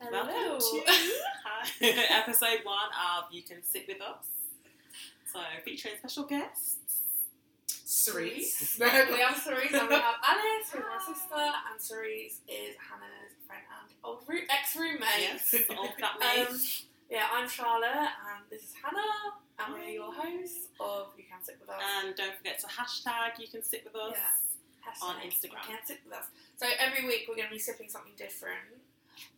Hello. Welcome to hi, episode one of You Can Sit With Us. So, featuring special guests. Cerise. we have Cerise and we have Alice, who's my sister, and Cerise is Hannah's friend and old roo- ex-roommate. Yes, all that Um, means. yeah, I'm Charlotte, and this is Hannah, and we're Hi. your hosts of You Can Sit With Us. and don't forget to hashtag You Can Sit With Us. Yeah. Hashtag on You Instagram. Can Sit With Us. So every week we're going to be sipping something different.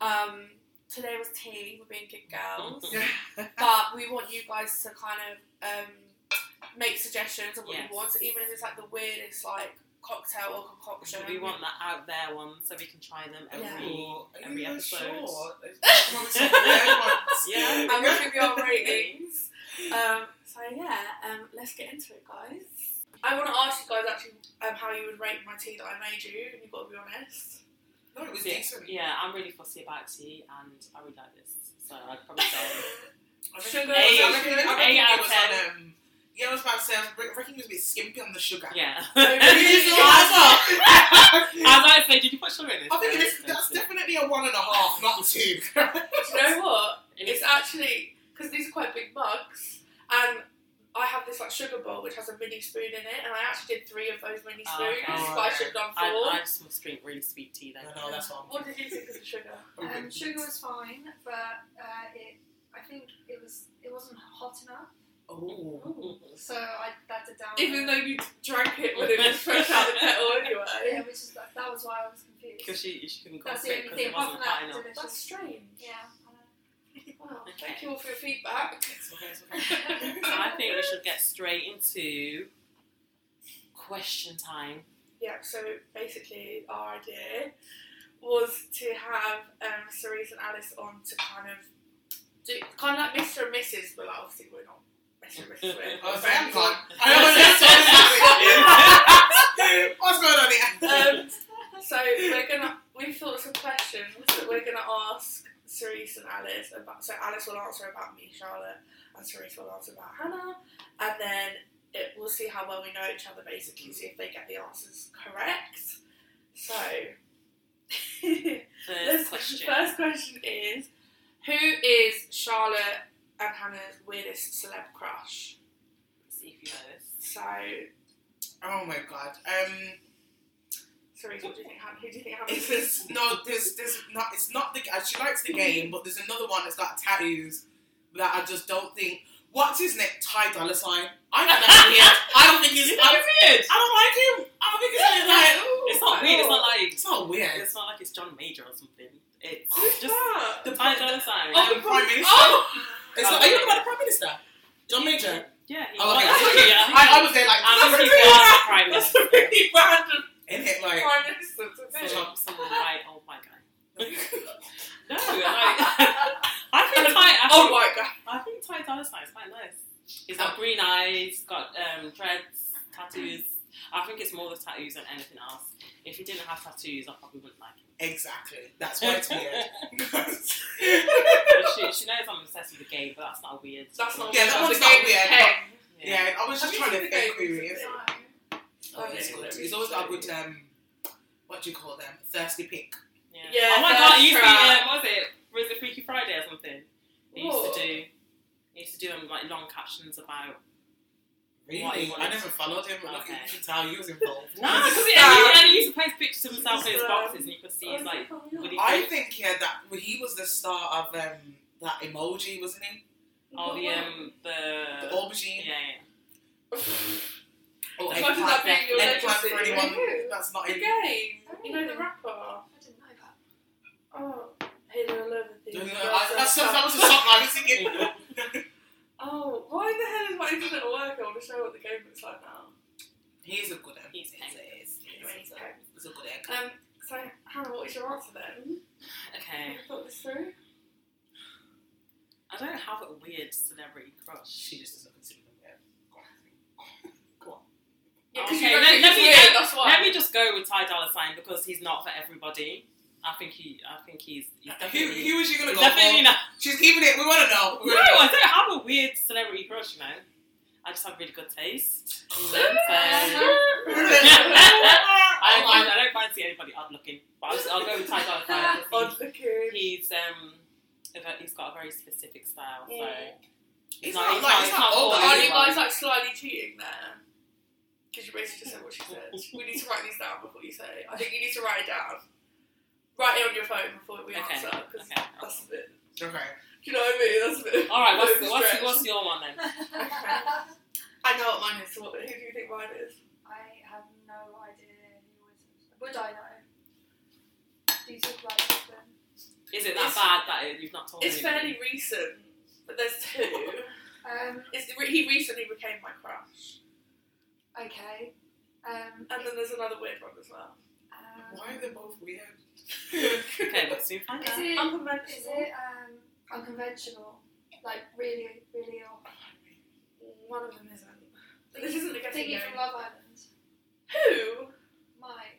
Um, today was tea, we're being good girls. but we want you guys to kind of um, make suggestions of what Yes. you want. So even if it's like the weirdest like cocktail or concoction, We want that out there one so we can try them every. Ooh, are Every you episode. sure? It's not the Yeah. same and one. we'll give you our ratings. Um, so yeah, um, let's get into it, guys. I want to ask you guys actually um, how you would rate my tea that I made you, and you've got to be honest. No, it was Yeah. decent. Yeah, I'm really fussy about tea and I really like this. So, I'd probably say. I reckon- Sugar. I reckon- I reckon Eight it out of was ten. on, um, Yeah, I was about to say, I was- I reckon he was a bit skimpy on the sugar. yeah. really? I As I say, did you put sugar in this? think it Yeah, is, that's yeah. definitely a one and a half, not a two. Do you know what? And It's it's- actually because these are quite big mugs, and I have this like sugar bowl which has a mini spoon in it, and I actually did three of those mini Oh, spoons, okay. but I should have done I, four. I just must drink really sweet tea then. No, no, that's one. What did you think of the sugar? Um, sugar was fine, but uh, it, I think it was it wasn't hot enough, Oh. so I that did down. Even though you drank it when it was fresh out of the kettle yeah, anyway. which is that, that was why I was confused. Because she, she couldn't That's cook the it only because thing. it Apart wasn't from hot that, enough. delicious. That's strange. Yeah. I know. Wow. Okay. Thank you all for your feedback. It's okay, it's okay. So I think we should get straight into question time. Yeah, so basically our idea was to have um, Cerise and Alice on to kind of do kind of like Mr. and Mrs. But like, obviously we're not Mr. and Mrs. We're I was friends. like, I don't want to say something. What's going on here? Um, so we're gonna we've thought of some questions that we're gonna ask Cerise and Alice about. So Alice will answer about me, Charlotte, and Cerise will answer about Hannah, and then it, we'll see how well we know each other. Basically, see if they get the answers correct. So. First This- question. First question is Who is Charlotte and Hannah's weirdest celeb crush? See if you know this. So, Oh my god. Um, Cerise, what do you think? Hannah, who do you think Hannah It's is? this, no, there's, there's not. It's not the. uh, She likes the game, but there's another one that's got tattoos that I just don't think. What's his name? Ty Dolla Sign. I don't know. yeah. I don't think he's. I don't, weird? I don't like him. I don't think he's anything like. ooh, It's not weird. It's not like It's not weird. it's not like it's John Major or something. It's Who's just that? the Prime Minister. Oh, the prime minister. It's not, are you talking about the prime minister? John Major. Yeah. He Oh, was. okay. yeah. I, I was there like. I was "That's he really was bad." the Prime That's Minister. a really random And it like. prime minister to me. Some, some white old white guy. No, like, oh, I think Ty. I think, my god. I think Ty Dolla Sign is quite nice. He's got green eyes, got um, dreads, tattoos. I think it's more the tattoos than anything else. If he didn't have tattoos, I probably wouldn't like him. Exactly. That's why it's weird. But she, she knows I'm obsessed with the game, but that's not weird. That's not Yeah, weird. that That's one's a not game weird, pen. yeah, I was just Have you trying seen to the think game? who he is. No. Oh, it's Yeah. good. He's always got a good um, what do you call them? Thirsty pick. Yeah. Yeah, oh my that's god, you used to be, right. um, what was it? Was it Freaky Friday or something? He used What? to do. He used to do um, like long captions about. What he Really? I wanted. never followed him, but look, Okay. you can tell he was involved. No, Nah, because he, Stop. and he- and he used to post pictures of himself in his Stop. boxes, and you could see Oh, he's like. probably Woody- not. I think yeah that well, he was the star of um that emoji, wasn't he? Oh, the um, The the yeah, aubergine. yeah. Oh, What does that eggplant. mean you're Eggplant legacy? for anyone Who? that's not The in. game. You know the rapper. I didn't know that. Oh, Halo Love No, no, no, I- that's that was a song I was singing. Oh, why the hell is my internet work? I want to show what the game looks like now. He's a good egg. He's He's egg. a- he's Anyway, a- so, he's a good egg. um, so Hannah, what was your answer then? Have Okay, you thought this through? I don't have a weird celebrity crush. She just doesn't consider them egg. Go on. Go on. Yeah, 'cause Okay, you don't let- think let it's me- weird, that's why. Let me just go with Ty Dolla Sign because he's not for everybody. I think he, I think he's, he's Uh, Who, definitely, who was she gonna go definitely for? not. She's keeping it. We want to know. We No, wanna know. I don't have a weird celebrity crush, you know. I just have really good taste. So, I I Oh, don't mind. I don't fancy anybody odd looking, but I'll, I'll go with Ty Dolla Sign. 'cause Odd looking. he- He's um, a ve- he's got a very specific style, so Yeah. It's he's not like- it's he's not not old, boy But Oh, are yeah. you anymore. guys like slightly cheating there? Because you basically just said what she said. We need to write these down before you say. it. I think you need to write it down. Write it on your phone before we Okay. answer. 'cause Okay. that's a bit. Okay. Do you know what I mean? That's a bit. All right. What's, bit of a what's, stretch. what's your one then? I I know what mine is. So what, who do you think mine is? have no idea who was. Would I know? These are like them. Is it that It's- bad that it, you've not told It's anybody? fairly recent, but there's two. Um, It's, he recently became my crush, okay. Um, and then there's another weird one as well. um, Why are they both weird? Okay, we'll soon find Is out. it, Unconventional. is it um, unconventional? Like, really, really off? One of them isn't. This isn't the guessing Thingy game. from Love Island. Who? Mike.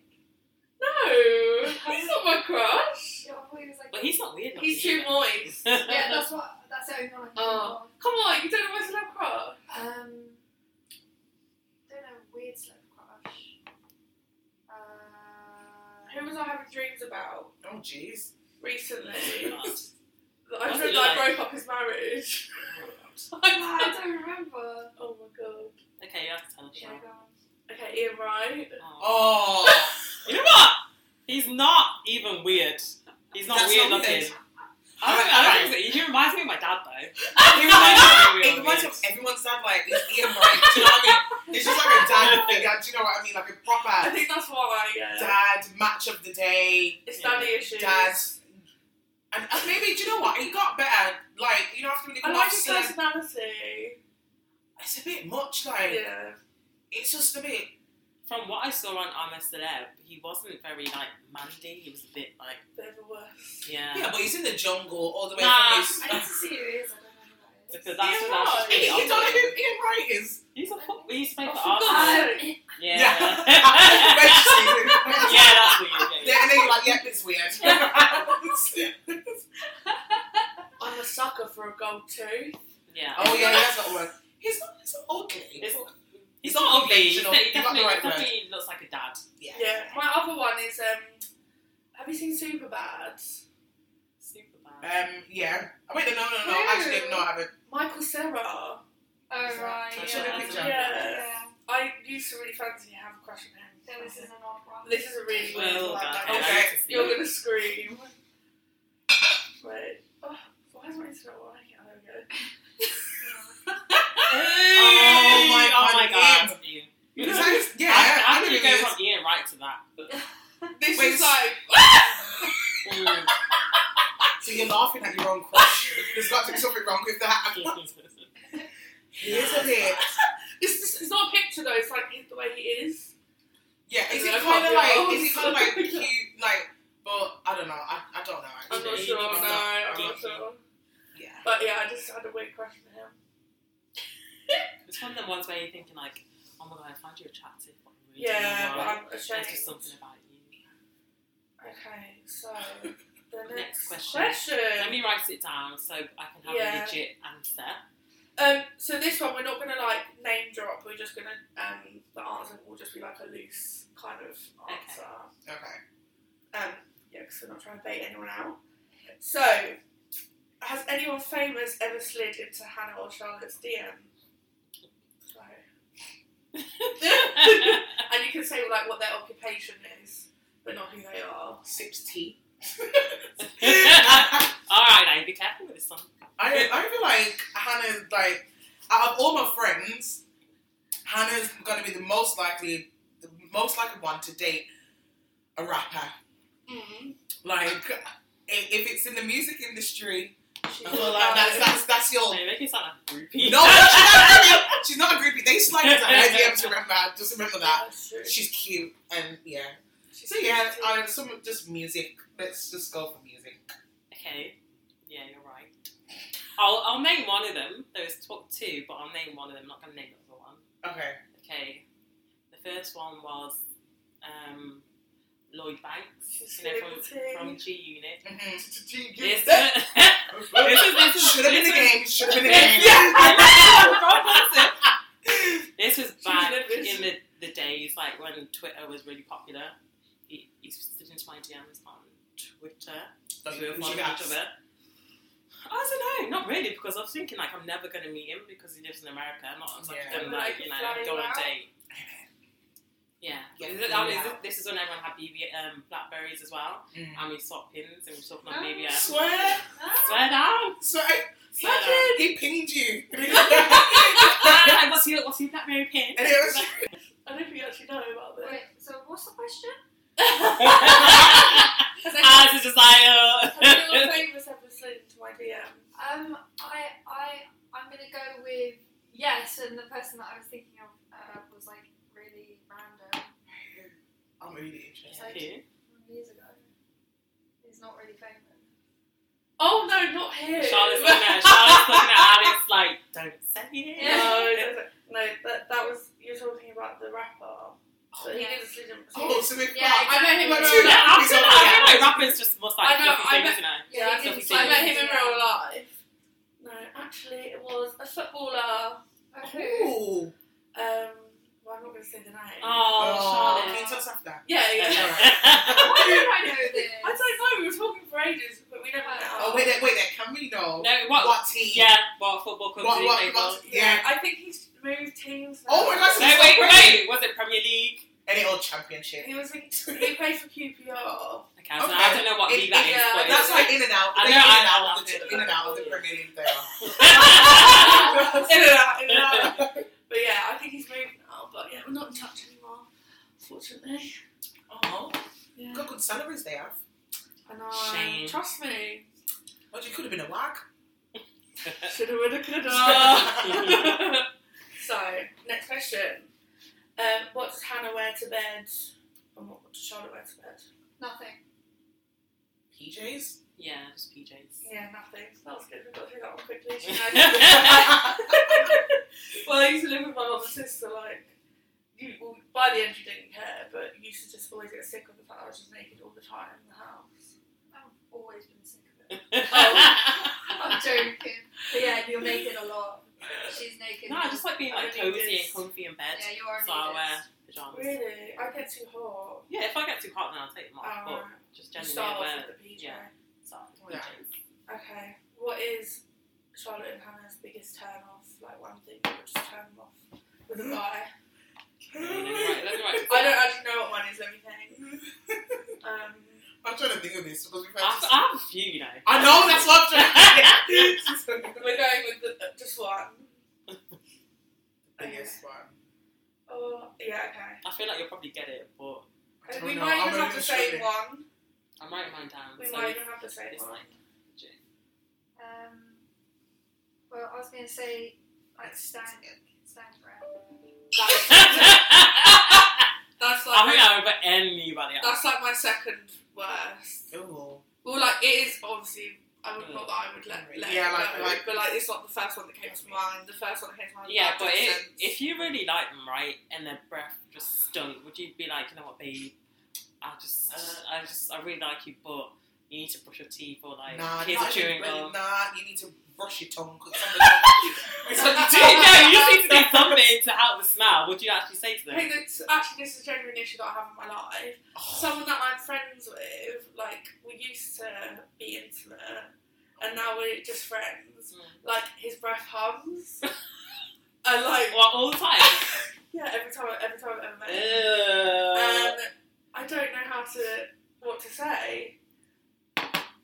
No, he's not my crush. Yeah, I thought he was like. But he's not weird. He's looking too moist. either. yeah, that's what. That's the only one I can Oh. Come on, you don't know my celeb crush. think of. Um, don't know, weird slip crush. Uh, Who was I having dreams about Oh, jeez. recently? Oh, That God. I What's said it that I like? broke up his marriage. I I don't remember. Oh said- oh my god. Okay, you have to tell us. Should I now. go on? Okay, Ian Wright. Oh. Oh, You know what? He's not even weird. He's not That's weird not looking. weird. I don't, I don't think so. He reminds me of my dad though. He it reminds me of my reminds me dad. of everyone's dad. Like, it's Ian Wright. Do you know what I mean? It's just like a dad thing. like, Do you know what I mean? Like a I proper think that's why. Yeah. dad match of the day. It's Yeah. daddy issues. Dad. And and maybe do you know what? He got better. Like, you know, after when he I got like his celeb, personality. it's a bit much. Like, Yeah. it's just a bit. From what I saw on I'm a Celeb, he wasn't very like Mandy. He was a bit like Bit of a worse. yeah. Yeah, but he's in the jungle all the way Nah. from his. I need to see who it is. I don't know who that is. Because that's Ian Wright. that's just really You don't know who awkward. Ian Wright is? He's a foot. He used to play I for forgot. Arsenal. Sorry. Yeah. Registered. yeah, that's weird. Yeah, Yeah, and then you're like, yeah, it's weird. I'm a sucker for a gold tooth. yeah. oh yeah, that's not one. He's not. He's not ugly. It's- He's He's not not ugly. He conventional. definitely, You've got the right definitely looks like a dad. Yeah. Yeah. My other one is um. Have you seen Superbad? Super bad. Um. Yeah. Oh, wait. No. No. No. no. Actually, no. I haven't. Michael Serra. Oh, right. I showed yeah. a picture. Yeah. Yeah. I used to really fancy have a crush on him. So this is an odd one. This is a really weird Well, one. God, Okay. I Okay. need to see You're it. gonna scream. Wait. Oh, why is my internet working? Oh, there we Oh my, oh my Ian. god. Ian. Is that- I, yeah. I, I think don't you know go who he is. from Ian right to that. go. This Wait, is s- like. Mm. So you're laughing at your own crush. There's got to be something wrong with that. Here's a bit. it's, just, it's not a picture though. It's like the way he is. Yeah. Is I can't it kind of be like? honest. Is it kind of like cute? Like. But I don't know. I, I don't know. I'm not Actually. sure. No, I'm not sure. Yeah. But yeah, I just had a weird crush on him. It's one of them ones where you're thinking like, oh my god, I find you attractive. But I really don't Yeah, know but why. I'm ashamed. There's just something about you. Okay, so the Next next question. Let me write it down so I can have Yeah. a legit answer. Um, so this one we're not gonna like name drop. We're just gonna um, the answer will just be like a loose kind of answer. Okay. Um, yeah, because we're not trying to bait anyone out. So, has anyone famous ever slid into Hannah or Charlotte's DM? So, and you can say like what their occupation is, but not who they are. Sixteen. All right, I be careful with this one. I don't, I feel like Hannah's like out of all my friends, Hannah's gonna be the most likely, the most likely one to date a rapper. Mm-hmm. Like i- if it's in the music industry, She's I feel like that's that's that's your. So you make it sound like groupie. No, she's not, a groupie. she's not a groupie. They slide into her DMs. Remember, just remember that That's true. she's cute and yeah. She's So yeah, cute. I, some just music. Let's just go for music. Okay. Yeah, you're right. I'll, I'll name one of them. There's talk two, but I'll name one of them. I'm not going to name the other one. Okay. Okay. The first one was um, Lloyd Banks She's you know, celebrity. from, from G Unit. Mm-hmm. This, this is this is should have been this the is- game. Should have been the game. I know, wrong person. This was She's back nervous. in the, the days like when Twitter was really popular. no, not really, because I was thinking like I'm never gonna meet him because he lives in America. I'm not I'm Yeah. them like you know Flying go on out. a date. Yeah, Yeah, Is it- flying oh, is it- out. this is when everyone had BB um, blackberries as well, Mm. and we swapped pins and we swapped Oh. on maybe. Um, Swear, swear down. swear, Swear down. he pinged you. Ah, like, what's your what's your blackberry pin? And it was- I don't think you actually know about this. Wait, so what's the question? Ah, Has anyone- it's just like, uh, has anyone famous ever slid into my DM? Um, I, I, I'm gonna go with yes, and the person that I was thinking of uh, was like really random I'm really interested. Okay. from years ago. He's not really famous. Oh no, not here. Charlotte's looking at Charlotte's looking at Alice like, don't say it. Yeah. No, no, no, that, that was you're talking about the rapper. But he Yeah. didn't sleep in. Oh, so we've Yeah, got- I know him. I know exactly. Yeah, I'm him. He's sure. on I the app. feel like rappers just must like I know, fluffy I things, you know. Yeah, he didn't I say met yes, yeah. life. No, actually, it was a footballer. Uh, who? Ooh. Um, well, I'm not going to say the name. Oh, Can you Charlotte. tell us after? yeah, yeah. yeah. Why don't I know this? I don't know. We were talking for ages, but we never. met Oh, up. wait there, wait there. Can we know no, what? team? Yeah, what football club What- do you what- play for? what- Yeah, Yeah. I think he's moved teams. Now. Oh my gosh, No, wait, wait. Was it Premier League? Any old championship. He was in, he played for QPR. Okay, so Okay. I don't know what It- league that it- is. yeah, but it's- That's like in and out. I They're know, in I and know, out of I know. the in and out of the Premier League. They are. in and out, in and out. But yeah, I think he's moved now. But yeah, we're not in touch anymore, unfortunately. Oh, Yeah. got good salaries they have. I know. Shame. um, Trust me. Well, you could have been a wag. Uh. Shoulda, woulda, coulda. Oh. so, next question. Um, what does Hannah wear to bed? And what does Charlotte wear to bed? Nothing. PJs. yeah, just PJs. Yeah, nothing. That was good. We got through that one quickly. She yeah, well, I used to live with my mum and sister. Like, you, well, by the end, you didn't care, but you used to just always get sick of the fact I was just naked all the time in the house. I've always been sick of it. Oh. I'm joking. But yeah, you're naked a lot. She's naked. no, I just like being like I really cozy do. and comfy in bed. yeah, you are so I naked. wear pajamas. Really, I get too hot. Yeah, if I get too hot, then I'll take them off. Um, but you just generally, start I off wear with the PJ. yeah. so, Yeah. PJs. Okay, what is Charlotte and Hannah's biggest turn off? Like one thing that would just turn them off with a lie. Right, let me write this I down. don't actually know what mine is. Let me think. Um, I'm trying to think of this because we've I had. have, to- I have a few, you know. I know that's what I'm trying to we're going with the, uh, just one. I guess one. Oh, yeah. Okay. I feel like you'll probably get it, but I don't we know, might I'm even not have the even same sure. one. I'm writing mine down. We so might even have the same it's one. like, Um, well, I was gonna say like stand, stand around. That's, I that's like think my, I would put anybody else. that's like my second worst. Ooh. Well, like it is obviously. I would not that I would let, let Yeah, it like- go, like- but like it's not the first one that came to mind. The first one that came to mind. Yeah, like, but makes it, sense. if you really like them, right, and their breath just stunk, would you be like, you know what, babe? I just, Uh, I just, I really like you, but you need to brush your teeth or like, Nah, here's not a chewing even- gum. Nah, you need to brush your tongue. 'cause somebody- it's on Do your you teeth. know, you just need to do something to help the smell. What do you actually say to I them? think that's actually this is a genuine issue that I have in my life. Someone that I'm friends with, like we used to be intimate, and now we're just friends. Mm. Like his breath hums, and like Well, all the time. yeah, every time every time I've ever met him, Ugh. and I don't know how to what to say.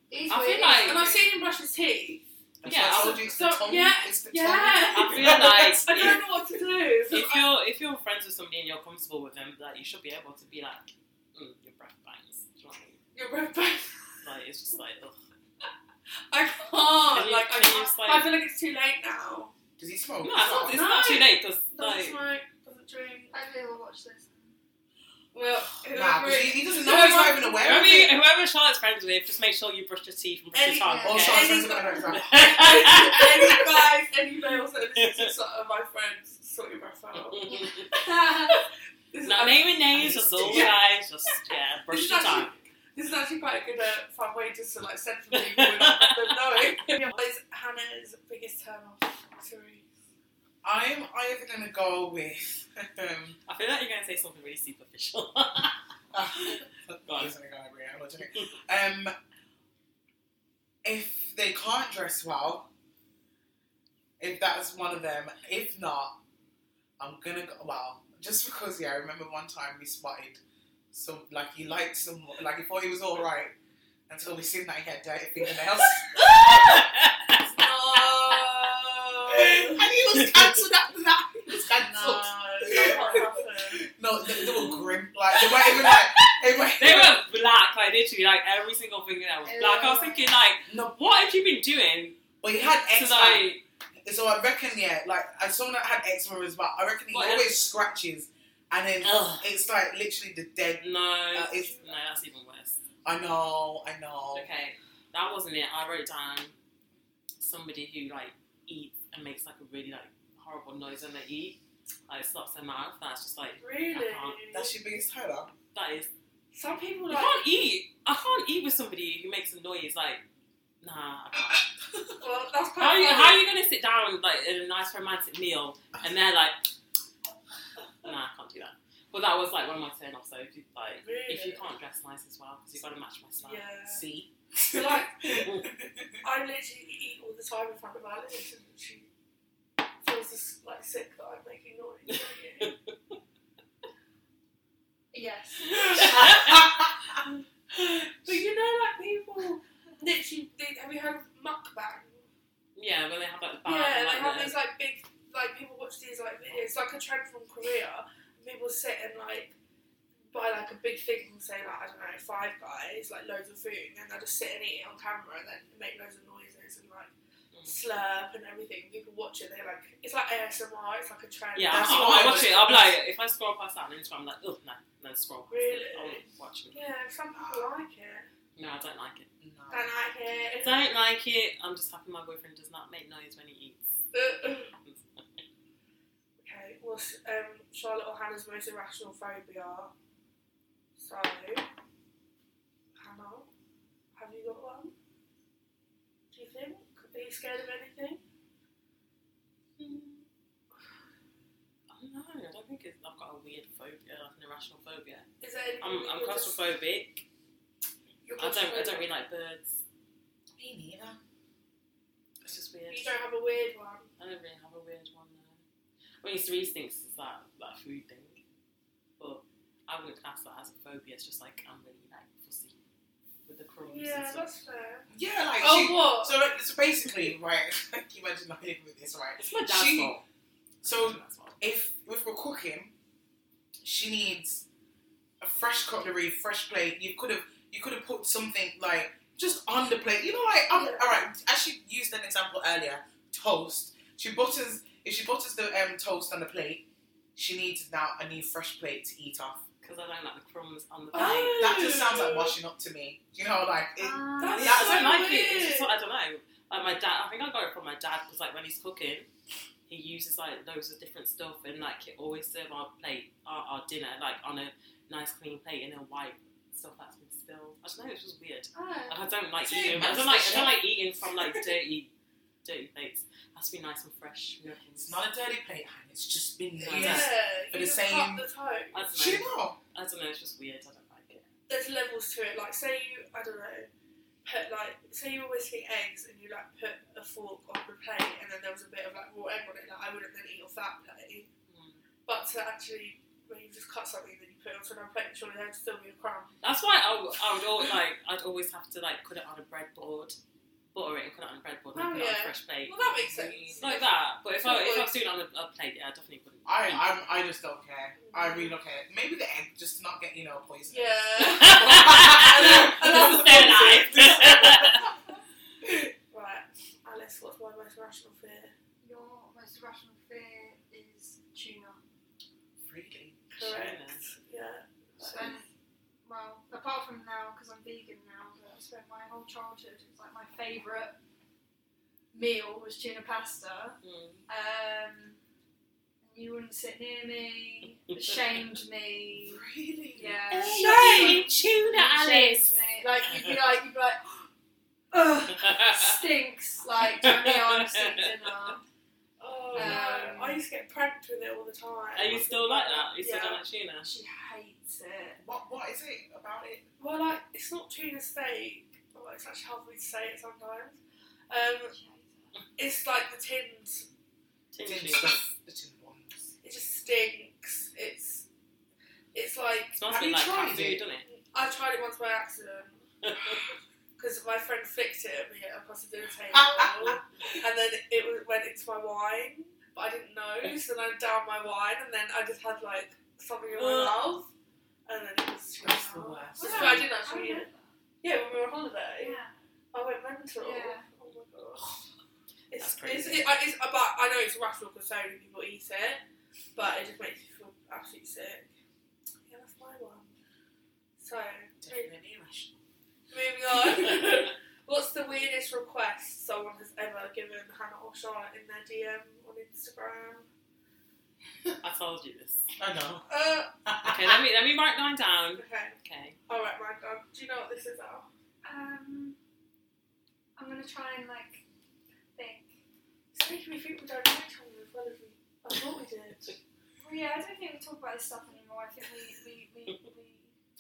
He's I feel weird. like- And I've seen him brush his teeth. Oh, That's Yeah, why I I'll- told you it's the so- tongue. yeah, It's the yeah. tongue. I feel like I don't know what to do. So if you're if you're friends with somebody and you're comfortable with them, like you should be able to be like, mm, your breath bangs. Do you know what I mean? your breath back. Like it's just like, ugh. I Can can't. you- like I, can you can't. explain? I feel like it's too late now. Does he smoke? no, it's not, it's not too late because Doesn't like. smoke. Doesn't drink. Hopefully, we'll watch this. Well, whoever Nah, because it- he, he doesn't know. whoever- He's not even aware of Whoever, it. you, whoever Charlotte's friends with, just make sure you brush your teeth and brush Any- your tongue. yeah. Oh, okay? sorry, Any- sorry, sorry, sorry, sorry. any guys, any males that listen to sort of my friends, sort your breath out. This is, Not actually, naming names, just all Yeah. guys, just yeah, brush your tongue. this is actually quite a good uh, fun way just to like send for people without them knowing. What is Hannah's biggest turn off? Sorry. I'm either gonna go with. Um, I feel like you're going to say something really superficial. God, it's gonna go everywhere, I'm not joking. Um, if they can't dress well, if that's one of them. If not, I'm gonna go. Well, just because yeah, I remember one time we spotted some like he liked some like he thought he was all right until we seen that he had dirty fingernails and No. he was cancelled after that. He was cancelled. No, they, they were grim. Like they weren't even like they weren't. They were black, like literally, like every single fingernail was black. I was thinking, like, No, what have you been doing but he had to eczema. like So I reckon, yeah, like as someone that had eczema as well, I reckon he What always scratches, and then Ugh. it's like literally the dead. No, Uh, it's- no, that's even worse. I know, I know. Okay, that wasn't it. I wrote down somebody who like eats and makes like a really like horrible noise when they eat, like stops their mouth. That's just like Really? That's your biggest highlight. that is. Some people I like. can't eat. I can't eat with somebody who makes a noise. Like, nah. I can't. Well, that's quite How are you? funny. How are you gonna sit down like in a nice romantic meal and they're like, nah, I can't do that. But that was like one of my turn offs. So if you like, if you Really? can't dress nice as well, because you've got to match my style. Yeah. See. But, like, I literally eat all the time in front of Alice, and she feels this, like sick that I'm making noise. Yes. but you know, like people literally, they, have you heard of mukbang? Yeah, when they have like the bar. yeah, and, they Ah, like, have the- these like big, like people watch these like it's like a trend from Korea. People sit and like buy like a big thing and say like I don't know five guys like loads of food and they'll just sit and eat it on camera and then make loads of noises and like Mm. slurp and everything. People watch it. They like it's like ASMR. It's like a trend. Yeah, That's I what can't I watch was- it. I'm like, if I scroll past that on Instagram, I'm like, ugh, no, no, scroll past it. Really? I won't watch it. Yeah, some people like it. No, I don't like it. Don't like I it. don't like it. I'm just happy my boyfriend does not make noise when he eats. okay, what's um, Charlotte or Hannah's most irrational phobia? So, Hannah, have you got one? Do you think? Are you scared of anything? I don't know. I don't think it's, I've got a weird phobia, like an irrational phobia. Is there anything I'm, that I'm you're just- claustrophobic. you're I don't. I don't claustrophobic? really like birds. Me neither. It's just weird. You don't have a weird one. I don't really have a weird one. No. I mean, Cerise thinks it's that that food thing, but I would class that as a phobia. It's just like I'm really like fussy with the crumbs. and Yeah, stuff. that's fair. Yeah, like Oh, she- what? So, like, so basically, right? Can you imagine not living with this, right? It's my dad's She- fault. So It's my dad's fault. if if we're cooking, she needs a fresh cutlery, fresh plate. You could have you could have put something like just on the plate. You know, like I'm, all right. As she used an example earlier, toast. She butters if she butters the um, toast on the plate. She needs now a new fresh plate to eat off. because I don't like the crumbs on the Oh. plate. That just sounds like washing up to me. You know, like it, Um, That's Yeah, I don't so like it. It's weird. just what I don't know. Like my dad, I think I got it from my dad because like when he's cooking, he uses like loads of different stuff and like he always serve our plate, our, our dinner like on a nice clean plate and then wipe stuff that's been spilled. I don't know. It's just weird. Like, I don't like Dude, eating. I that's don't like. the I don't like eating from like dirty, dirty plates. has to be nice and fresh. you know, it's not a dirty plate. hun. It's just been there. Yeah. Yeah, For you the just same- cut the toe. I don't Do know. you know? I don't know. It's just weird. I don't like it. there's levels to it. Like, say you, I don't know, put like, say you were whisking eggs and you like put a fork on the plate and then there was a bit of like raw egg on it. Like, I wouldn't then eat off that plate. Mm. But to actually, when you just cut something and you put it onto another plate, surely there'd still be a crumb. That's why I, w- I would always like I'd always have to like put it on a breadboard, butter it and put it on a breadboard Oh, and put it on yeah. a fresh plate. Well, that makes sense. It's like that. But if I if I Like- was doing it on a, a plate, yeah, I definitely wouldn't. I I'm, I just don't care. I really don't care. Maybe the egg just to not get you know poisoned. Yeah. This is their life. right, Alice, what's my most rational fear? your most irrational fear is tuna. Really? Correct. Yeah. Spent, well, apart from now, because I'm vegan now, but I spent my whole childhood, it was like my favourite meal was tuna pasta. Mm. Um, you wouldn't sit near me, shamed me. Really? Yeah. Shame, tuna, Shamed me. Like, you'd be like, you'd be like, ugh, stinks. Like, turn me on, stinks dinner. Oh Um, no! I used to get pranked with it all the time. Are you still like that? Are you still Yeah. don't like tuna? She hates it. What What is it about it? Well, like it's not tuna steak. Well, it's actually hard for me to say it sometimes. Um, She hates it. It's like the tins. Tin Tin sheet. stuff. The tin ones. It just stinks. It's it's like It smells Have a bit you like cat tried food, it? doesn't I tried it once by accident because my friend flicked it at me at a across the dinner table, and then it was, went into my wine, but I didn't know. So then I downed my wine, and then I just had like something in my Ugh. mouth, and then it was. That's the worst. That's why I didn't I actually eat it. remember. Yeah, when we were on holiday, Yeah. I went mental. Yeah. Oh my god. It's, That's It's, crazy. it, I- it's, uh, but I know it's rational because so many people eat it, but it just makes you feel absolutely sick. Yeah, that's my one. So, mov- Definitely irrational. moving on. What's the weirdest request someone has ever given Hannah or Charlotte in their DM on Instagram? I told you this. I know. Uh, Okay, let me let me write mine down. okay. Okay. Alright, my god. Do you know what this is, Al? Um, I'm gonna try and like think. It's making me think we don't know each other as well as we I thought we did. Well, yeah, I don't think we talk about this stuff anymore. I think we we we, we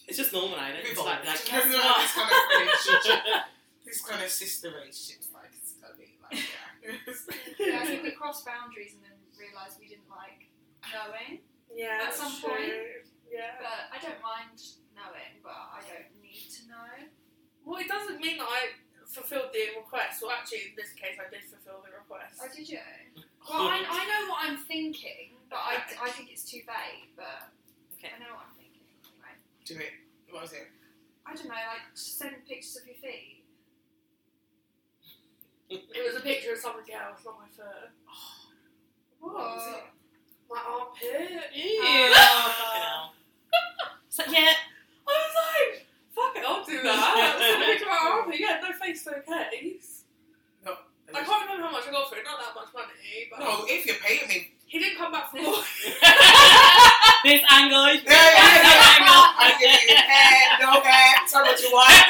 It's just normal now, don't We've It's all like, like, like, kind yes, of not. this kind of sister relationships, like it's gonna be like yeah. yeah, I think we crossed boundaries and then realised we didn't like knowing. Yeah, At that's some true. point. Yeah. But I don't mind knowing, but I don't need to know. Well, it doesn't mean that I fulfilled the request. Well, actually, in this case, I did fulfil the request. Oh, did you? Well, I, I know what I'm thinking, but I, I think it's too vague. But Okay. I know what I'm thinking anyway. Do it. What was it? I don't know, like just send pictures of your feet. It was a picture of somebody else, not my fur. What? was it? My armpit. Ew. Uh, fucking hell. So yeah, I was like, fuck it, I'll do that. It's a picture of my armpit. Yeah, no face, no case. I can't remember how much I got for it. Not that much money, but No, if you're paying me, he didn't come back for more. this angle. is- Yeah, yeah, yeah, This yeah. angle. I give you hair, no hair, tell what you want.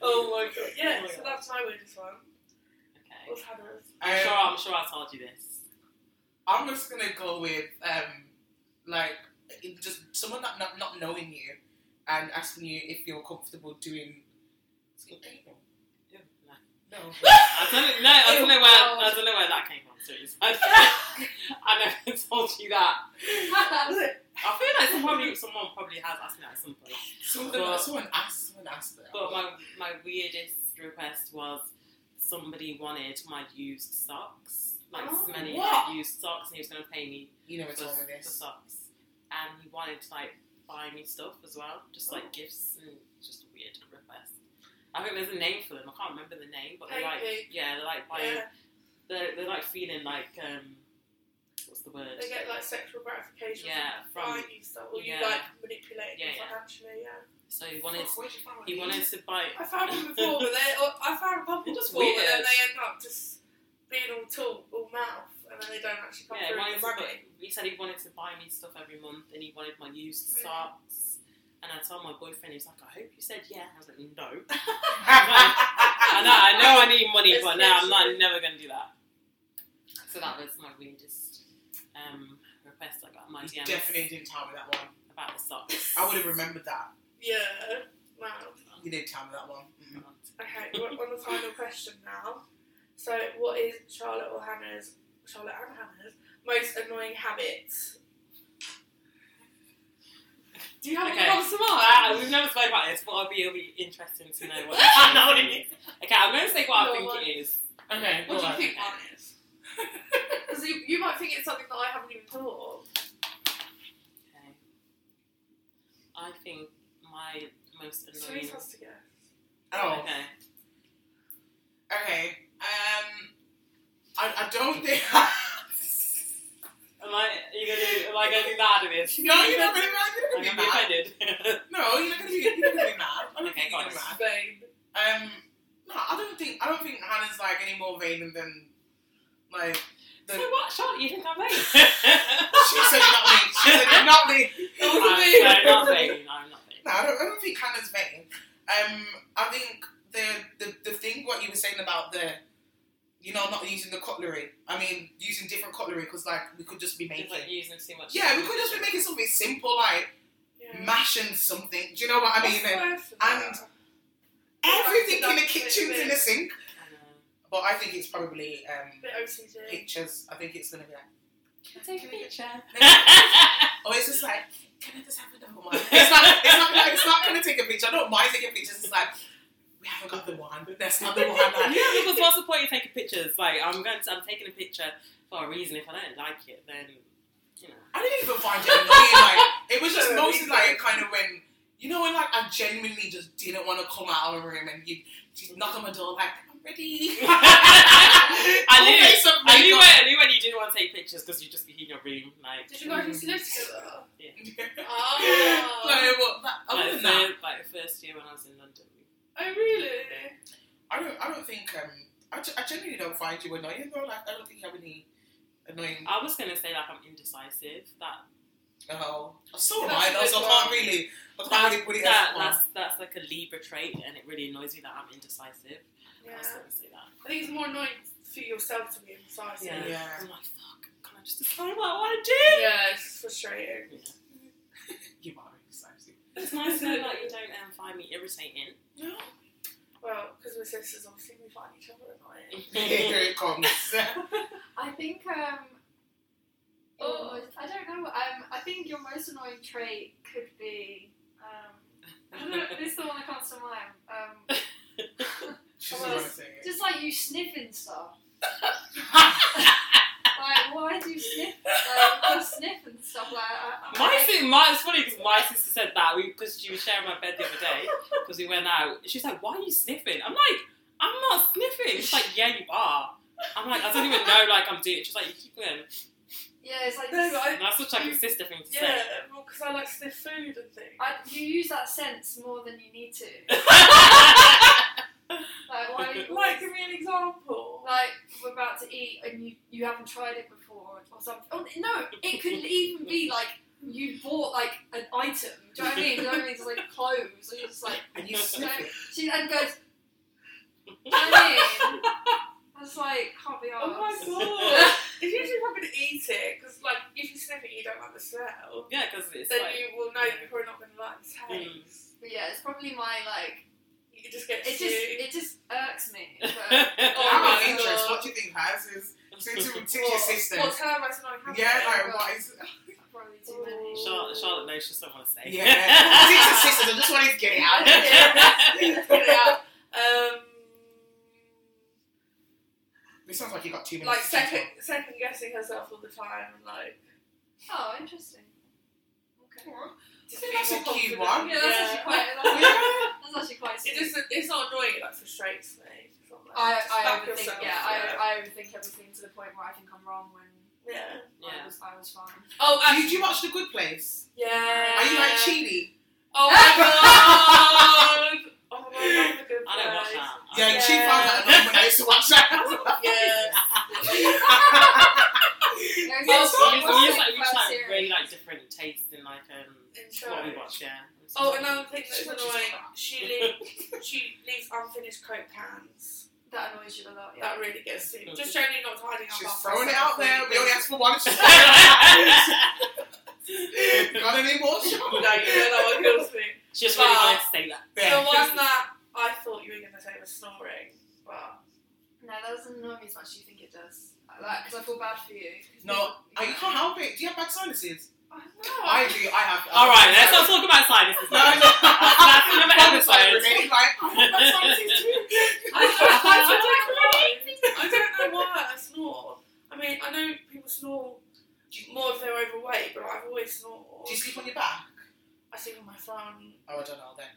oh my god. Yeah, Oh my so God. that's my weirdest one. okay. What's Hannah's? I'm sure. Um, I'm sure I told you this. I'm just gonna go with um, like it- just someone not, not not knowing you and asking you if you're comfortable doing. Yeah, no. No. I don't know. I don't know where. I don't know where that came from. Seriously, I, I never told you that. I feel like someone probably, someone probably has asked me that at some point. Someone, But- someone asked. Someone asked that. But my my weirdest request was somebody wanted my used socks, like Oh, many what? used socks, and he was going to pay me you know for, it's all with for this. socks. And he wanted to like buy me stuff as well, just Oh. like gifts and just a weird request. I think there's a name for them. I can't remember the name, but they're like Maybe. yeah, they're like buying. Yeah, They're, they're like feeling like um, what's the word? they get like sexual gratification. Yeah, from from- buying you stuff, or you yeah. like manipulate Yeah, them yeah. financially. Yeah. So he wanted Fuck, where'd you find he these? wanted to buy. I found them before, but they. or- I found a couple They're just before, but then weird. they end up just being all talk, all mouth, and then they don't actually come Yeah, through with he, wanted the to buy, money. he said he wanted to buy me stuff every month, and he wanted my used Really? socks. And I told my boyfriend, he was like, "I hope you said yeah." I was like, "No." I know, I know, I need money, It's but now I'm not literally- never gonna do that. So that was my weirdest um, request I got in my You DMs definitely didn't tell me that one. about the socks. I would have remembered that. Yeah. Wow. You didn't tell me that one. Mm. Okay, we're on the final question now. So, what is Charlotte or Hannah's, Charlotte and Hannah's, most annoying habit? Do you have Okay. one of Uh, mine? we've never spoken about this, but it'll be, it'll be interesting to know what I know what it is. Okay, I'm gonna say what I No think one- it is. Okay. What do you alright. think mine is? Because you, you might think it's something that I haven't even thought of. Okay. I think my most annoying. Therese has to guess. Oh. Okay. Okay. Um. I, I don't think. no, Am I? Are you gonna? do- Am I gonna do that out of this? you're not gonna. You're I'm not gonna gonna be be mad. offended. No, you're not gonna be. You're not gonna be mad. I don't Okay, think go you're on. gonna be mad. Vain. Um, no, I don't think I don't think Hannah's like any more vain than like. so Than, what? Shot? You think I'm vain? she said not me. She said not me. It I'm, wasn't me. no, not vain. I'm not vain. No, I don't, I don't think Hannah's vain. Um, I think the, the the thing what you were saying about the, you know, not using the cutlery. I mean, using different cutlery because like we could just be making. Just like using too much. Yeah, we could just be making something simple like Yeah. mashing something. Do you know what I mean? What's the word for and that? Everything in the kitchen's in the sink. But I think it's probably um, bit OCD. pictures. I think it's gonna be like. Take a picture. Or it's just like, can I just have another one? It's not, it's not, like, it's not gonna take a picture. I don't mind taking pictures. It's like, we haven't got the one, but that's not the one. Like, yeah, because what's the point of taking pictures? Like, I'm going to, I'm taking a picture for a reason. If I don't like it, then you know. I didn't even find it annoying. Like, it was just mostly like kind of when, you know, when like I genuinely just didn't want to come out of a room and you just knock on my door like, I'm ready. I Full knew, face of I knew, makeup. when, I knew when you didn't want to take pictures because you'd just be in your room, like, Did you guys used to live together? No, Oh, but that, other like, than that, first, like first year when I was in London. oh really? I don't. I don't think. Um, I, ge- I generally don't find you annoying though. Like, I don't think you have any annoying. I was gonna say like I'm indecisive. That Oh, so am That's I. a though, good So I can't really. I can't really that, put it that- as that's that's like a Libra trait, and it really annoys me that I'm indecisive. I Yeah. was gonna say that. I think it's more annoying for yourself to be indecisive. Yeah. Yeah. I'm like, fuck. Can I just decide what I want to do? Yeah, it's frustrating. you are excited. It's nice though, like you don't um, find me irritating. No, Well, because we're sisters, obviously we find each other annoying. here it comes. I think um. Oh. your most- I don't know. Um, I think your most annoying trait could be um. I don't know, this is the one that comes to mind. Um, She's not gonna say it. just like you sniffing stuff. Like, why do you sniff? Like, you sniff and stuff like that. My sister, my, it's funny because my sister said that because she was sharing my bed the other day because we went out. She's like, "Why are you sniffing?" I'm like, "I'm not sniffing." She's like, "Yeah, you are." I'm like, "I don't even know like I'm doing." it." She's like, "You keep going." Yeah, it's like. No, but I, And that's such like a sister thing to yeah, well, because I like to sniff food and things. I, you use that sense more than you need to. say. Like, why? do you- Like, give me an example. like we're about to eat and you, you haven't tried it before or something. Oh, no, it could even be like you bought like an item. Do you know what I mean? Do you know what I mean? It's like clothes. And you're just like And Oh you sniff it. she and goes. Do you know what I mean? I was like can't be Oh my arsed. god! it's usually probably to eat it because, like, if you sniff it, you don't like the smell. yeah, because it's then like Mm. you will know that you're probably not going to like the taste. But yeah, it's probably my like. You could just get It just chewed. it just irks me. But I'm my not interested. God. What do you think has is since you teach your What- sister? What term has not happened? Yeah, like what is? Oh. probably too many. Charlotte, Charlotte knows she doesn't want to say. Yeah, teach your sisters. I just wanted to get it out. yeah. Um, This sounds like you got two minutes. like to teach second one. second guessing herself all the time and like Oh, interesting. Okay. just think being that's a more cute confident. one. Yeah, that's actually quite. That's, Yeah. that's actually quite. It Sweet. just it's not annoying. It like frustrates me. It's not like- I, just I back overthink, yourself, yeah, yeah. I, I overthink everything to the point where I think I'm wrong when Yeah. Yeah. I, was, I was fine. Oh, Do you, do you watch The Good Place? yeah. Are you like cheaty? Oh my god! oh my god! I'm a good I don't watch place. that. Yeah, Yeah. she found out about when I used to watch that. Yeah. Yeah, We it's used, we used, not- it's we used, like, not like we used, first like, series. really like different tastes in like um In what we shows. watch. Yeah. Oh, another thing that's She watches annoying. crap. She leaves. she leaves unfinished coke cans. That annoys you a lot. Yeah. That really gets to me. Just generally not tidying up. She's after throwing it out there. herself. We only asked for one. Got any more? No, you know that one kills me. She just really wanted to say that. The one that I thought you were going to say was snoring, but No, that doesn't annoy me as much as you think it does. Like, because I feel bad for you. 'Cause No, you- I you can't help it. Do you have bad sinuses? I don't know. I do. I have. All right, let's not talk about sinuses. No, now. no. That's another Probably like, episode. really, like, I have bad sinuses too. I don't know. I don't know why I snore. I mean, I know people snore more if they're overweight, but I've always snored. Do you sleep on your back? I sleep on my phone. Oh, I don't know then.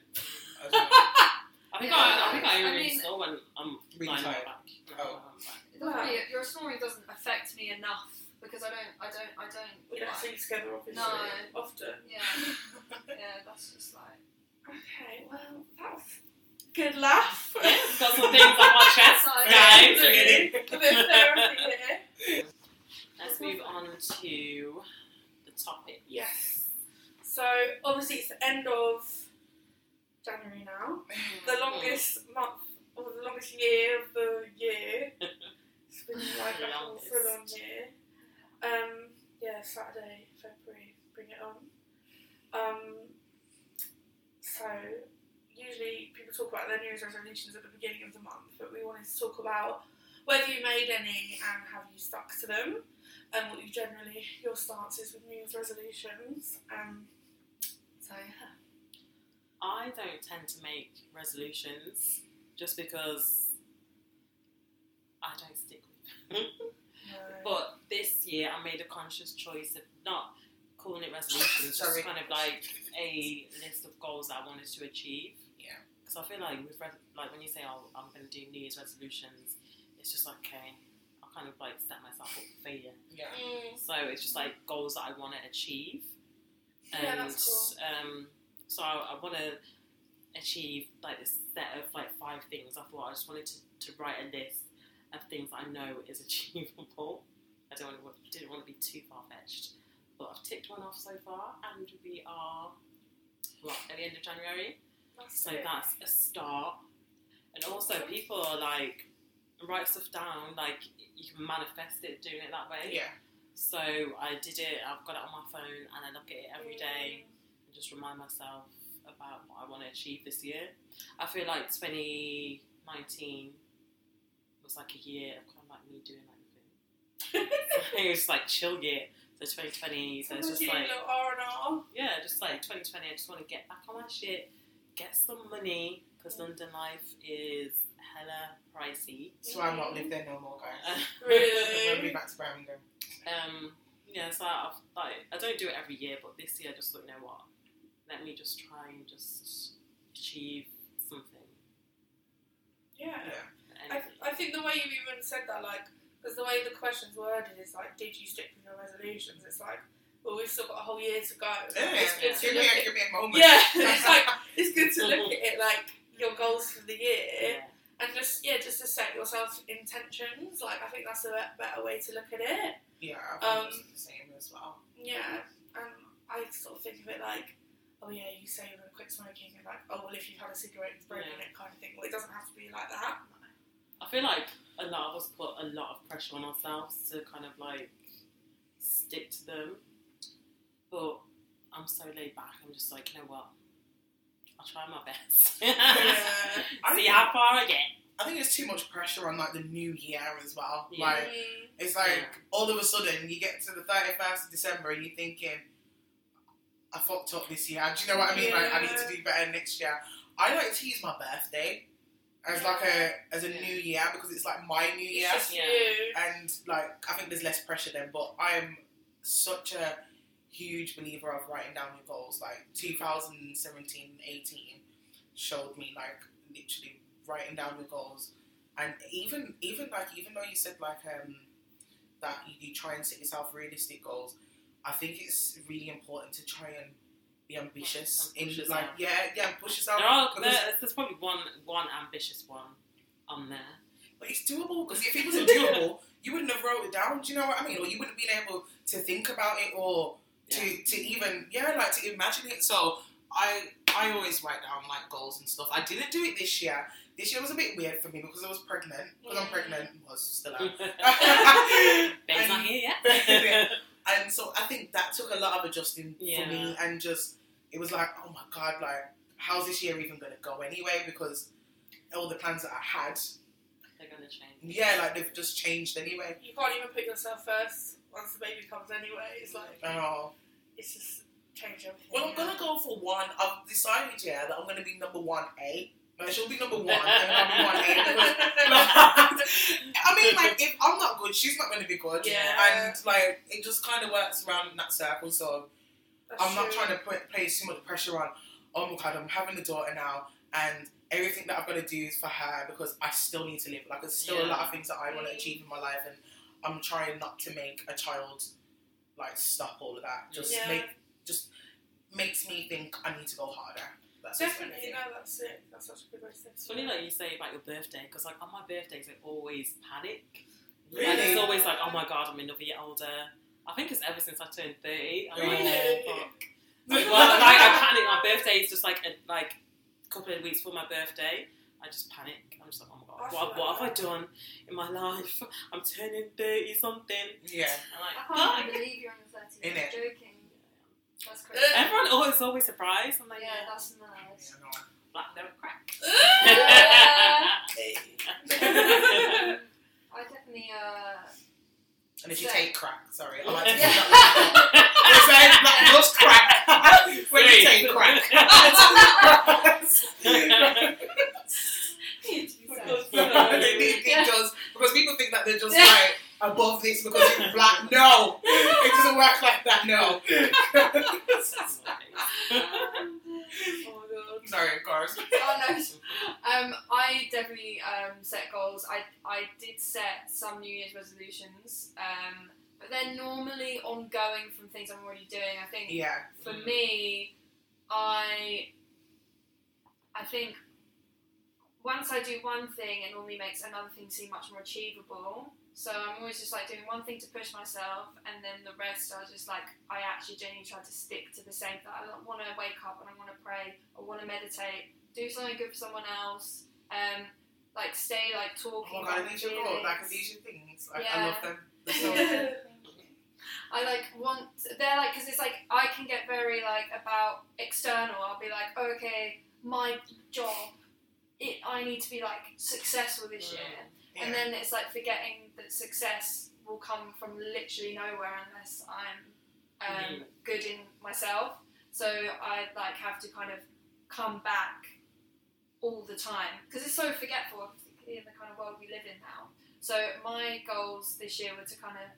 I don't know. I think I, I think I Yeah, I only mean- saw when I'm Really lying on my tired. back. Oh. It doesn't really- your snoring doesn't affect me enough because I don't. I don't. I don't. We don't like- sleep together, obviously. No. Often. yeah. Yeah. That's just like. Okay, well, that was good laugh. Yes, got some things on my chest, Sorry. guys. Really? A bit of therapy here. Let's move on to the topic. Yes. So obviously it's the end of January now. The longest month or the longest year of the year. It's been like a whole Longest. full on year. Um yeah, Saturday, February, bring it on. Um so usually people talk about their New Year's resolutions at the beginning of the month, but we wanted to talk about whether you made any and have you stuck to them, and what you generally your stance is with New Year's resolutions. Um, so yeah, I don't tend to make resolutions just because I don't stick with them. no. But this year, I made a conscious choice of not calling it resolutions, Sorry. just kind of like a list of goals that I wanted to achieve. Yeah. Because I feel like with res- like when you say, "Oh, I'm going to do New Year's resolutions," it's just like, okay, I kind of like set myself up for failure. Yeah. Mm, So it's just like goals that I want to achieve. And, Yeah, that's cool. Um, so I, I want to achieve like this set of like five things. I thought I just wanted to, to write a list of things I know is achievable. I don't want to, didn't want to be too far fetched, but I've ticked one off so far, and we are what at the end of January. that's So it. that's a start. And also, people are like write stuff down. Like you can manifest it doing it that way. Yeah. So I did it. I've got it on my phone, and I look at it Mm. every day and just remind myself about what I want to achieve this year. I feel like 2019 was like a year of kind of like me doing like nothing. so it was like chill year. So 2020, so it's Sometimes just you need a like little R and R. yeah, just like 2020. I just want to get back on my shit, get some money because London life is hella pricey. That's why I'm not living there no more, guys. I'm Really? moving back to Birmingham. Um, yeah, so I've, like, I don't do it every year, but this year I just thought, you know what? Let me just try and just achieve something. Yeah. Yeah. I, Anything. I think the way you even said that, like, because the way the question's worded is like, did you stick with your resolutions? It's like, well, we've still got a whole year to go. It's good to Give me look a at, give me a moment. yeah, it's like it's good to look at it like your goals for the year yeah. and just yeah, just to set yourself intentions. Like, I think that's a bet- better way to look at it. Yeah, I think Um, it's the same as well. Yeah, and I sort of think of it like. Oh yeah, you say you're gonna quit smoking, and like, oh well, if you've had a cigarette, it's broken Yeah. it kind of thing. Well, it doesn't have to be like that. I feel like a lot of us put a lot of pressure on ourselves to kind of like stick to them. But I'm so laid back, I'm just like, you know what? I'll try my best. Yeah. See I think- how far I get. I think it's too much pressure on like the new year as well. Yeah. Like Mm. It's like Yeah. all of a sudden you get to the 31st of December and you're thinking, I fucked up this year. Do you know what I mean? Like, I need to do better next year. I like to use my birthday as like a as a new year because it's like my new It's year, just Yeah. you. and like I think there's less pressure then. But I'm such a huge believer of writing down your goals. Like 2017 and 18 showed me like literally writing down your goals, and even even like even though you said like um that you, you try and set yourself realistic goals, I think it's really important to try and be ambitious And push in yourself. like yeah yeah push yourself. There are, because- there, Oh, there's probably one, one ambitious one on there. But it's doable because if it wasn't doable, you wouldn't have wrote it down. Do you know what I mean? Or you wouldn't have been able to think about it or to, to even yeah, like to imagine it. So I I always write down like goals and stuff. I didn't do it this year. This year was a bit weird for me because I was pregnant. Because I'm Mm. pregnant, was still am. Ben's not here yet. and so I think that took a lot of adjusting Yeah. for me, and just it was like, oh my god, like how's this year even going to go anyway? Because all the plans that I had, They're gonna change. yeah, like they've just changed anyway. You can't even put yourself first once the baby comes anyway. It's like Oh. it's just change everything. Well, I'm gonna go for one. I've decided, yeah, that I'm gonna be number one A. Like, she'll be number one and number one A. because- I mean, like, if I'm not good, she's not gonna be good. Yeah. And like, it just kind of works around in that circle. So That's I'm not true. trying to put place too much pressure on. Oh my god, I'm having a daughter now, and everything that I've got to do is for her because I still need to live. Like, there's still a Yeah. lot of things that I want to Mm. achieve in my life, and I'm trying not to make a child like stop all of that. Just Yeah. make makes me think I need to go harder. That's just what I Definitely, think. no, that's it. That's such a good way to say it. It's funny that you say about your birthday because, like, on my birthdays, I always panic. Like, Really? it's always like, oh my god, I'm another year older. I think it's ever since I turned thirty. I'm like, Really? oh, fuck. Like, well, like, I panic. My birthday is just like a, like a couple of weeks before my birthday. I just panic. I'm just like, oh my god, I what, feel what like have I done in my life? I'm turning thirty something. Yeah. I'm like, I can't even believe you're in the 30s. In it. joking. That's crazy. Uh, Everyone always always surprised. I'm like, yeah, yeah, that's mad. Yeah, no. black no crack. Yeah. Hey. I uh, And if you So- take crack, sorry, I like to Yeah. take that. It's like, like just crack. When you take crack. it, it Yeah. does because people think that they're just like above this because it's black. No, it doesn't work like that. No. Oh my god. Sorry, guys. oh no. Um, I definitely um, set goals. I I did set some New Year's resolutions, um, but they're normally ongoing from things I'm already doing. I think Yeah. for me, I I think once I do one thing, it normally makes another thing seem much more achievable. So I'm always just like doing one thing to push myself, and then the rest I just like I actually genuinely try to stick to the same. That I want to wake up and I want to pray, I want to meditate, do something good for someone else, um, like stay like Oh talking. my god, about I need your my goal. Like feelings. these are things. Like, I Yeah. love them. They're so Yeah. I like want they're like because it's like I can get very like about external. I'll be like, "Oh, okay, my job, it I need to be like successful this year, yeah. and then it's like forgetting that success will come from literally nowhere unless I'm um, good in myself. So I like have to kind of come back all the time because it's so forgetful, particularly in the kind of world we live in now. So my goals this year were to kind of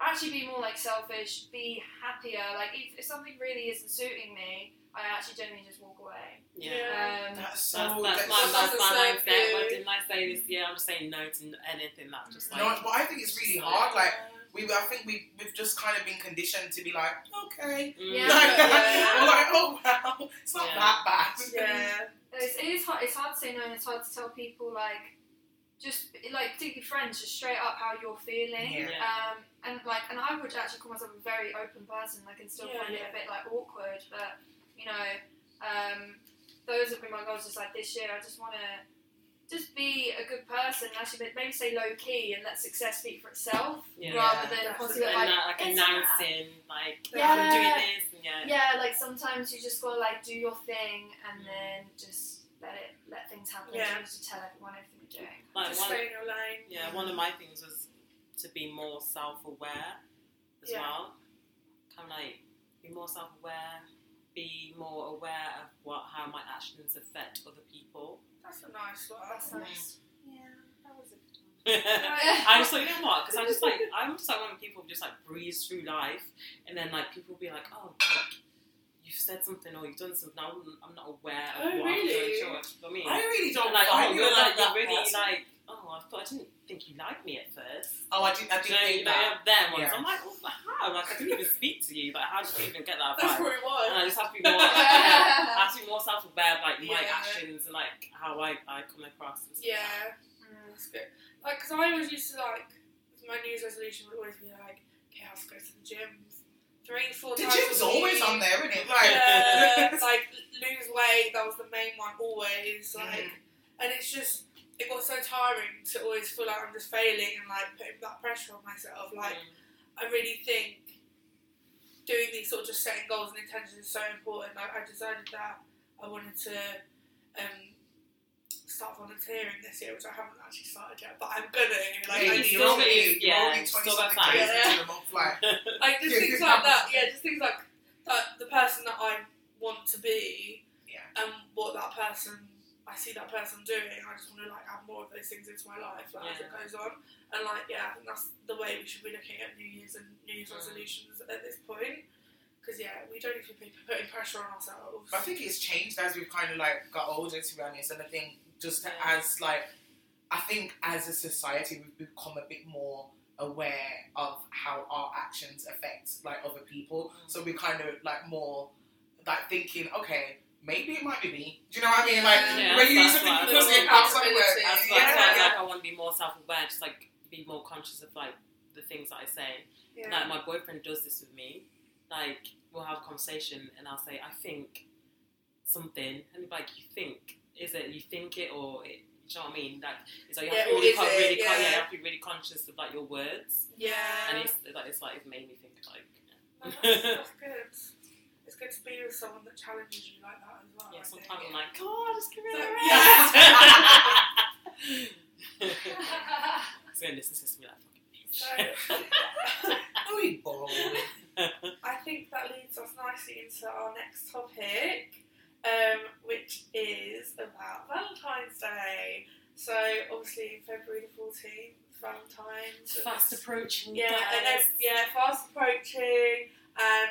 actually be more like selfish, be happier. Like if, if something really isn't suiting me, I actually generally just walk away. Yeah. Um, that's so. That's, that's Oh, that's my so- that's my That's mindset. so Why good. didn't I say this? Yeah, I'm just saying no to anything that just No, like. mm. No, but I think it's really hard. Like we, I think we, we've just kind of been conditioned to be like, okay, Mm. Yeah. like, Yeah. we're uh, like, oh wow, it's not Yeah. that bad. yeah. It's, it is hard. It's hard to say no, and it's hard to tell people like, just like particularly friends, just straight up how you're feeling. Yeah. Um, and like, and I would actually call myself a very open person. I can still Yeah, find it yeah. a bit like awkward, but you know, um, those have been my goals. Just like this year, I just want to just be a good person. Actually, but maybe say low key and let success speak for itself, Yeah. Yeah. rather than That's constantly And like not, like it's- announcing, like Yeah. I'm doing this, and yeah. yeah, like sometimes you just gotta like do your thing and then just let it let things happen. You Mm. Yeah. don't have to tell everyone everything you're doing. Like Just one, stay in your lane. yeah, one of my things was to be more self-aware as Yeah. well. Kind of like be more self-aware, be more aware of what how my actions affect other people. That's a nice one. That's nice. Yeah, that was a good one. I just like, you know what? Because I just like, I'm just like when people just like breeze through life, and then like people be like, oh, God, you've said something or you've done something. I'm, I'm not aware of Oh, what I'm doing. really? Do you know what I mean? I really don't And, like, oh, find you you're like like, that. you're really person. like, oh, I thought I didn't think you liked me at first. oh, I didn't, I Do you know, didn't you think know, that. yeah, them ones. Yeah. I'm like, oh, but how? Like, I didn't even speak to you. Like, how did you even get that That's vibe? what it And I was. just have to be more, like, yeah, I Yeah. have to be more self-aware of like my Yeah. actions and like how I, I come across. And stuff. Yeah, that's good. Like, because I always used to, like, my New Year's resolution would always be like, okay, I'll go to the gym three, four The times gym's a week. always on there, isn't it? Yeah, Like, like, lose weight, that was the main one always. Like, Mm. and it's just, it got so tiring to always feel like I'm just failing and, like, putting that pressure on myself. Like, Mm. I really think doing these sort of just setting goals and intentions is so important. Like I decided that I wanted to um, start volunteering this year, which I haven't actually started yet, but I'm gonna. Like, I Yeah, you just, you're still only, got- you're yeah, only you 20 still got something days five. into the month, like, like just Yeah, things good like that. Yeah, just things like that. The person that I want to be, Yeah. and what that person I see that person doing. I just want to like add more of those things into my life like, as it Yeah. goes on. And like, yeah, I think that's the way we should be looking at New Year's and New Year's Mm. resolutions at this point. Because yeah, we don't need to be putting pressure on ourselves. But I think it's changed as we've kind of like got older, to be honest. And I think just Yeah. as like, I think as a society, we've become a bit more aware of how our actions affect like other people. Mm. So we kind of like more like thinking, okay, maybe it might be me. Do you know what I mean? Like Yeah, when you that's use something what I because was it comes thinking. somewhere. That's Yeah, why I yeah, said, yeah. like I want to be more self-aware, just like be more conscious of like the things that I say. Like my boyfriend does this with me. Like we'll have a conversation and I'll say I think something, and he'll be like you think is it you think it or it. Do you know what I mean? Like, it's like you have Yeah, to or be really, is con- it? really con- Yeah. yeah, you have to be really conscious of like your words, yeah. and it's like it's like it made me think like, No, that's, that's good. It's good to be with someone that challenges you like that as well. yeah, Oh, I think. sometimes I'm like, God, just give me So- the rest. so this is just me like fucking So- bitch. um, So obviously February the fourteenth, Valentine's. Fast approaching. Yeah, and then, guys. yeah, fast approaching, and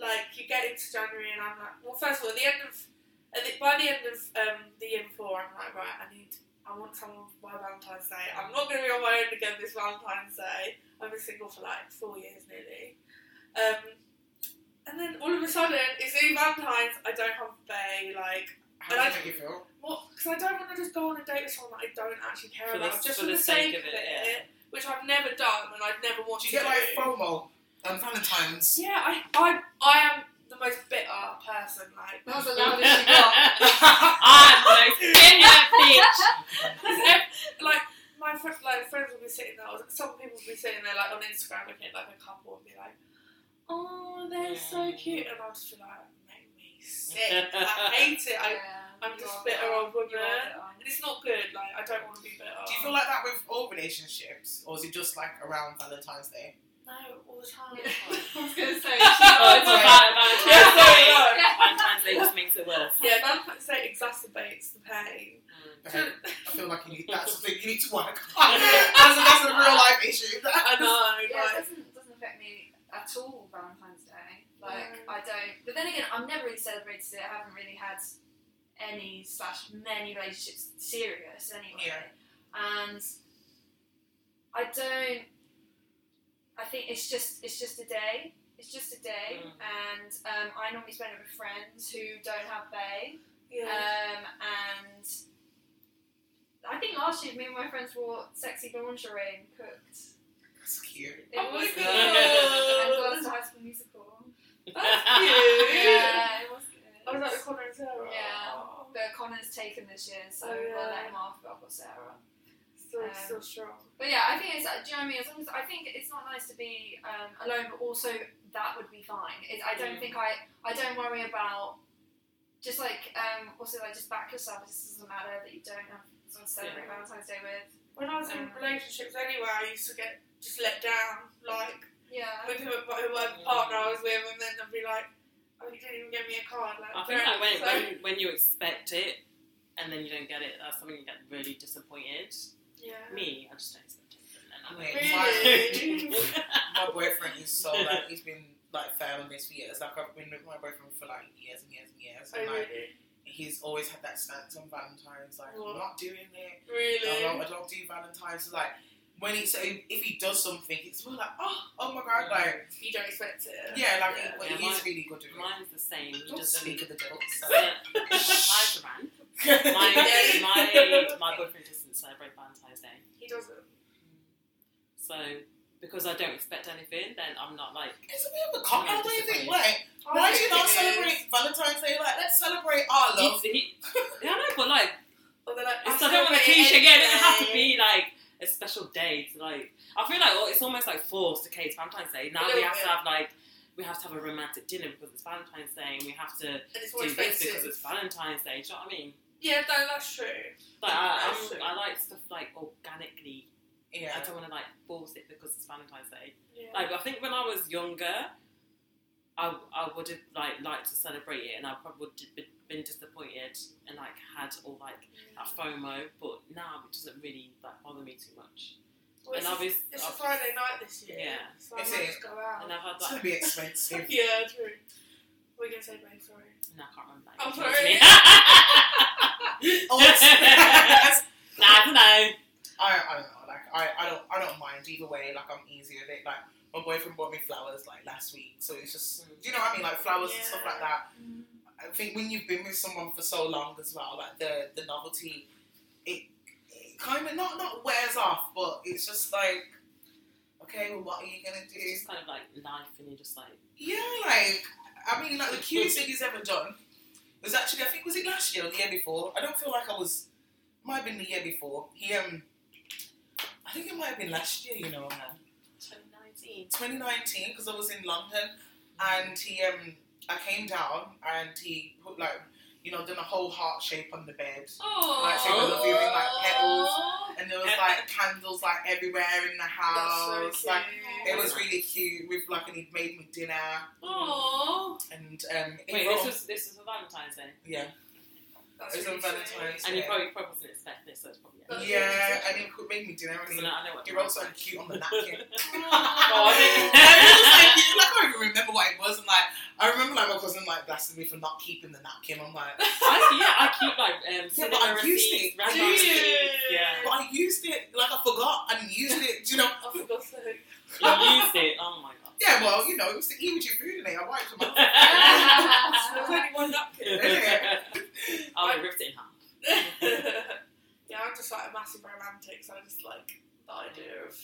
like you get into January, and I'm like, well, first of all, at the end of, at the, by the end of um, the year before, I'm like, right, I need, I want someone for my Valentine's Day. I'm not going to be on my own again this Valentine's Day. I've been single for like four years nearly, um, and then all of a sudden, it's nearly Valentine's. I don't have a bay, like. How And I- does that make you feel? Well, because I don't want to just go on a date with someone that I don't actually care For the- about, just for the sake of it, yeah. which I've never done and I'd never want Do you to get do. like FOMO on Valentine's? Yeah, I, I, I am the most bitter person. Like, That was the loudest you got. I'm like, "Get that Ah, bitch." ev- like my fr- like friends will be sitting there. Or some people will be sitting there, like on Instagram, looking at like a couple and be like, "Oh, they're so cute," and I'll just be like, "Make me sick. I hate it. I, I'm You just are bitter old woman, You and are bitter. it's not good. Like, I don't want to be bitter. Do you feel like that with all relationships, or is it just like around Valentine's Day? no all the time? I was going to say. Oh, it's Yeah. about Valentine's Yeah, sorry, Day. no. Valentine's Day just makes it worse. yeah, Valentine's Day exacerbates the pain. Okay. I feel like you need that's something you need to work on. that's, a, that's a real life I know, issue. Yeah, it like, doesn't, doesn't affect me at all, Valentine's Day. Like, Mm. I don't. But then again, I've never really celebrated it. I haven't really had any slash many relationships serious anyway. Yeah. And I don't. I think it's just it's just a day. It's just a day, Mm. and um, I normally spend it with friends who don't have bae. yeah. Um, and I think last year, me and my friends wore sexy lingerie and cooked. That's cute. It Oh my was God. And got us to High School Musical. cute. Yeah, it I was was good. like the Oh. corner of Sarah. Yeah. Aw. But Connor's taken this year, so Oh, I'll yeah. let him off, but I've got Sarah. Still, Um, still strong. But yeah, I think it's, uh, do you know what I mean? As long as, I think it's not nice to be um, alone, but also that would be fine. It, I don't Mm. think I, I don't worry about, just like, um, also like just back yourself. It just doesn't matter that you don't have someone to celebrate Yeah. Valentine's Day with. When I was in Um, relationships anyway, I used to get just let down, like Uh-huh. Yeah. with whoever, whoever partner I was with, and then they'd be like, "Oh, you didn't even give me a card." Like, I think like very- when, so- when when you expect it and then you don't get it, that's something you get really disappointed. yeah. Me, I just don't expect it. And Wait, then I'm Really? My boyfriend is so like he's been like firm on this for years. Like I've been with my boyfriend for like years and years and years, Oh, and like really? he's always had that stance on Valentine's. Like What? I'm not doing it. I Really? don't, I don't do Valentine's. It's like when he so if he does something, it's more like oh oh my god, like You don't expect it. yeah, like Yeah. He, well, Yeah, he's mine- really good at it. Mine's the same. He Don't doesn't. speak of the devil. Hi, Duran. Yeah. My, my, my boyfriend doesn't celebrate Valentine's Day. He doesn't. So, because I don't expect anything, then I'm not like. It's a bit of a cop out, don't you think? Like, I why do think you Oh, not it is. celebrate Valentine's Day? Like, let's celebrate our love. He, he, yeah, I know, but like, Or they're like, it's, "I I don't want to celebrate cliche every again. It doesn't have to day." be like a special day. To, like, I feel like well, it's almost like forced. Okay, it's Valentine's Day. Now we little have bit. to have like. We have to have a romantic dinner because it's Valentine's Day, and we have to And it's more do this expensive. because it's Valentine's Day. Do you know what I mean? Yeah, no, that's true. Like, I, That's I'm, true. I like stuff like organically. Yeah, I don't want to like force it because it's Valentine's Day. Yeah. Like I think when I was younger, I, I would have like liked to celebrate it, and I probably would have been- been disappointed and like had all like that FOMO. But now it doesn't really like bother me too much. Well, and it's, I've a- it's a Friday night this year. Yeah. So I Is might it? just go out. and I've had it's gonna like be expensive. Yeah, true. We're gonna say babe, sorry. and I can't remember. I'm Oh, it's- nah, I don't know. I, I don't know. Like I, I don't I don't mind either way. Like I'm easy with it. Like my boyfriend bought me flowers like last week, so it's just Mm. do you know what I mean? Like flowers and stuff Yeah. like that. I think when you've been with someone for so long as well, like the the novelty, it, it kind of not not wears off, but it's just like, okay, well, what are you gonna do? It's just kind of like life, and you're just like Yeah, like I mean, like the cutest thing he's ever done was actually I think was it last year or the year before. I don't feel like I was. Might have been the year before. He um, I think it might have been last year. You know, man, 2019. 2019 because I was in London and he um, I came down and he put like you know done a whole heart shape on the bed Oh, Like, she was viewing, like, petals. and there was like candles like everywhere in the house. That's so Like cute. it was really cute with like and he made me dinner Aww. and um. it Wait, brought- this was this was for Valentine's Day, yeah. That's It's really on Valentine's sweet. and you Day. probably probably didn't expect this, so it's probably That's yeah. yeah, it. and it could make me do that. So now I know what You're also cute on the napkin. Oh, I was like, I don't even remember what it was. And like, I remember like my cousin like blasting me for not keeping the napkin. I'm like, I, yeah, I keep like um, Yeah, yeah, but I receipts, used it. random I used receipts. it. Yeah, but I used it. Like I forgot and used it. Do you know? I forgot to. you used it. Oh my god. Yeah, well, you know, it was to eat with your food in it. I wiped them up. There's only one napkin. oh, I ripped it in half. yeah, I'm just like a massive romantic, so I just like the idea of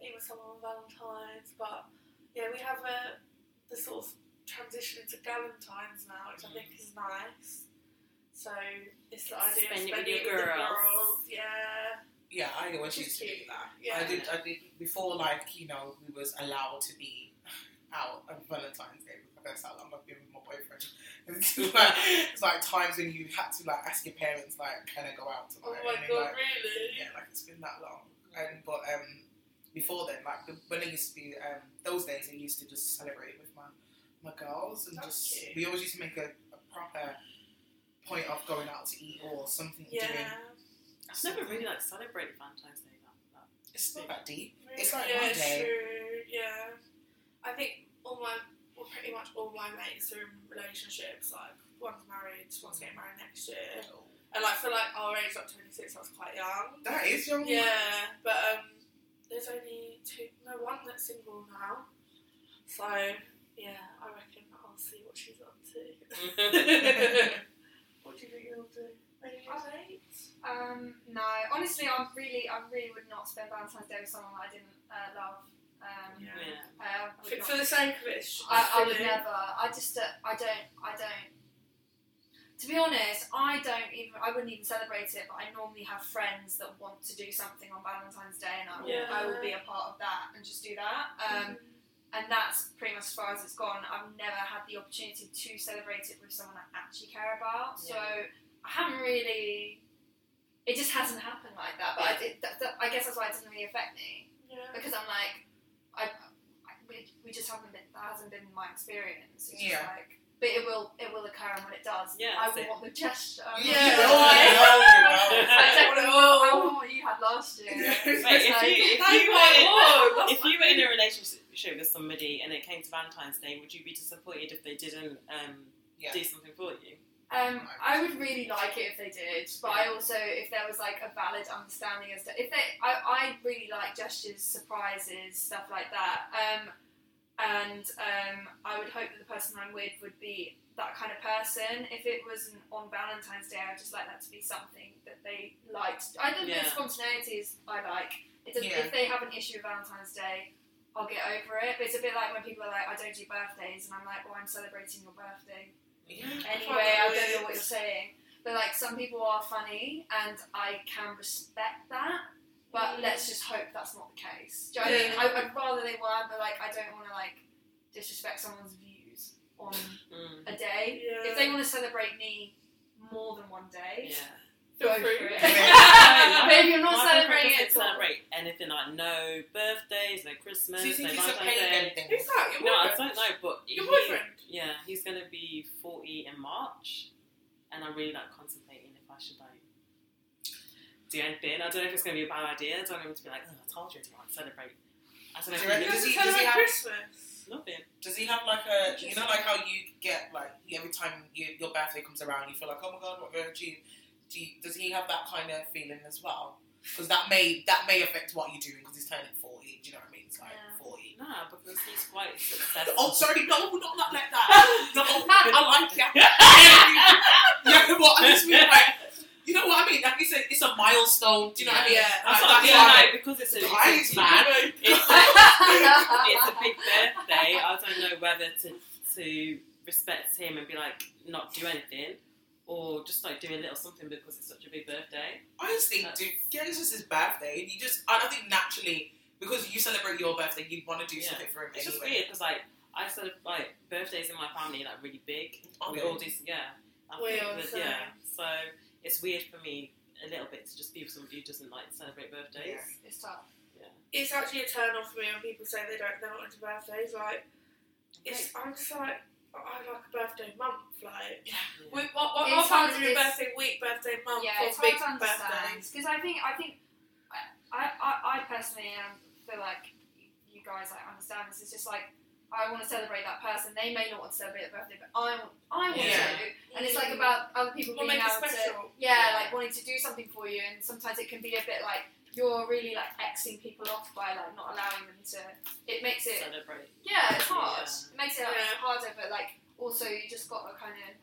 being with someone on Valentine's. But yeah, we have a the sort of transition into Galentine's now, which I think is nice. So it's the idea Spend it of with spending it with the your girls. girls. Yeah, Yeah, I know when Which she is used to do cute. that. yeah. I did. I did before, like you know, we was allowed to be out on Valentine's Day because that's how long I've been with my boyfriend. It's like, it's like times when you had to like ask your parents, like, can I go out Oh tonight? my and they're god, like, really? yeah, like it's been that long. And but um, before then, like the- when it used to be um, those days, I used to just celebrate with my my girls and That's cute. just we always used to make a, a proper point of going out to eat or something. Yeah. Doing I've never really like celebrated Valentine's Day that. that. it's not that deep. Really? It's like yeah, one day. true. Yeah, I think all my, well, pretty much all my mates are in relationships. Like one's married, one's getting married next year, and like for like our age, like twenty six, I was quite young. That is young. Yeah, but um, there's only two, no one that's single now. So yeah, I reckon I'll see what she's up to. what do you think you'll do? Any I'll- dates? Um, no, honestly, I really, I really would not spend Valentine's Day with someone that I didn't uh, love. Um, Yeah. Yeah. uh, I would For, not- for the sake of it, it's just I, I would silly. never. I just, uh, I don't, I don't. To be honest, I don't even. I wouldn't even celebrate it. But I normally have friends that want to do something on Valentine's Day, and I will, I will be a part of that and just do that. Um, And that's pretty much as far as it's gone. I've never had the opportunity to celebrate it with someone I actually care about. So I haven't really. It just hasn't happened like that. But I, did, that, that, I guess that's why it doesn't really affect me yeah. because I'm like, I, I- we, we just haven't been that hasn't been my experience. It's just Yeah. Like, but it will it will occur, and when it does, Yeah, I that's will it. want the gesture. Yeah. I Yeah. oh. don't know. I want what you had last year. Yeah. Wait, if you, if you were Oh, if you were in a relationship with somebody and it came to Valentine's Day, would you be disappointed if they didn't um, Yeah. do something for you? Um, I would really like it if they did, but I also if there was like a valid understanding as to if they, I, I really like gestures, surprises, stuff like that. Um, and um, I would hope that the person I'm with would be that kind of person. If it wasn't on Valentine's Day, I'd just like that to be something that they liked. I think Yeah. the spontaneity is I like. It doesn't, Yeah. If they have an issue with Valentine's Day, I'll get over it. But it's a bit like when people are like, I don't do birthdays, and I'm like, well, I'm celebrating your birthday anyway, I don't know what you're saying. But like some people are funny, and I can respect that. Mm. But let's just hope that's not the case. Do you know what I mean? I, I'd rather they were, but like I don't want to like disrespect someone's views on Mm. a day. Yeah. If they want to celebrate me more than one day, Yeah. go Feel for free. it. Yeah. But if you're not My boyfriend celebrating it, doesn't celebrate anything like no birthdays, no Christmas, Do you no think he's a Valentine's pagan Day. thing? Who's that? Your No, I boyfriend? don't know, but Your he- boyfriend? yeah, he's gonna be forty in March, and I'm really like contemplating if I should like do anything. I don't know if it's gonna be a bad idea. I don't want him to be like, oh, I told you to like celebrate. I don't know. Do if you reckon- he- Does he- You guys does he celebrate have- Christmas? Nothing. Does he have like a, you know, like how you get like every time you, your birthday comes around, you feel like, oh my god, what going to achieve? Do you, does he have that kind of feeling as well? Because that may that may affect what you're doing because he's turning forty. Do you know what I mean? It's like Yeah. forty. No, because he's quite successful. Oh, sorry, no, not that like that. No, I like that. yeah, well, I just mean like, you know what I mean? Like you said, it's a milestone. Do you know what I mean? Yeah. That's Like, what I that's feel why- like because it's a Guys, it's, man. it's a big birthday. I don't know whether to to respect him and be like not do anything, or just like do a little something because it's such a big birthday. I just think, dude, yeah, it's just his birthday, and you just, I don't think naturally, because you celebrate your birthday, you'd want to do Yeah. something for him It's just anyway. weird because like I sort of like birthdays in my family are, like really big. We Okay. all do yeah. I We think are that- the yeah. same. So it's weird for me a little bit to just be with somebody who doesn't like celebrate birthdays. it's tough. It's actually a turn off for me when people say they don't they're not into birthdays. Like, it's I'm just like I had like a birthday month, like. Yeah. We, what what It's our family hard to do dis- birthday week, birthday month, yeah, or it's big hard to understand birthdays. because I think I think I I, I personally um, feel like you guys like understand this. It's just like I want to celebrate that person. They may not want to celebrate their birthday, but I want I want Yeah. to. And it's like about other people Mm. What being makes it able to special? yeah, like wanting to do something for you. And sometimes it can be a bit like you're really like xing people off by like not allowing them to. It makes it Celebrate. yeah, it's hard. Yeah. It makes it like, Yeah. harder, but like also you just got to kind of.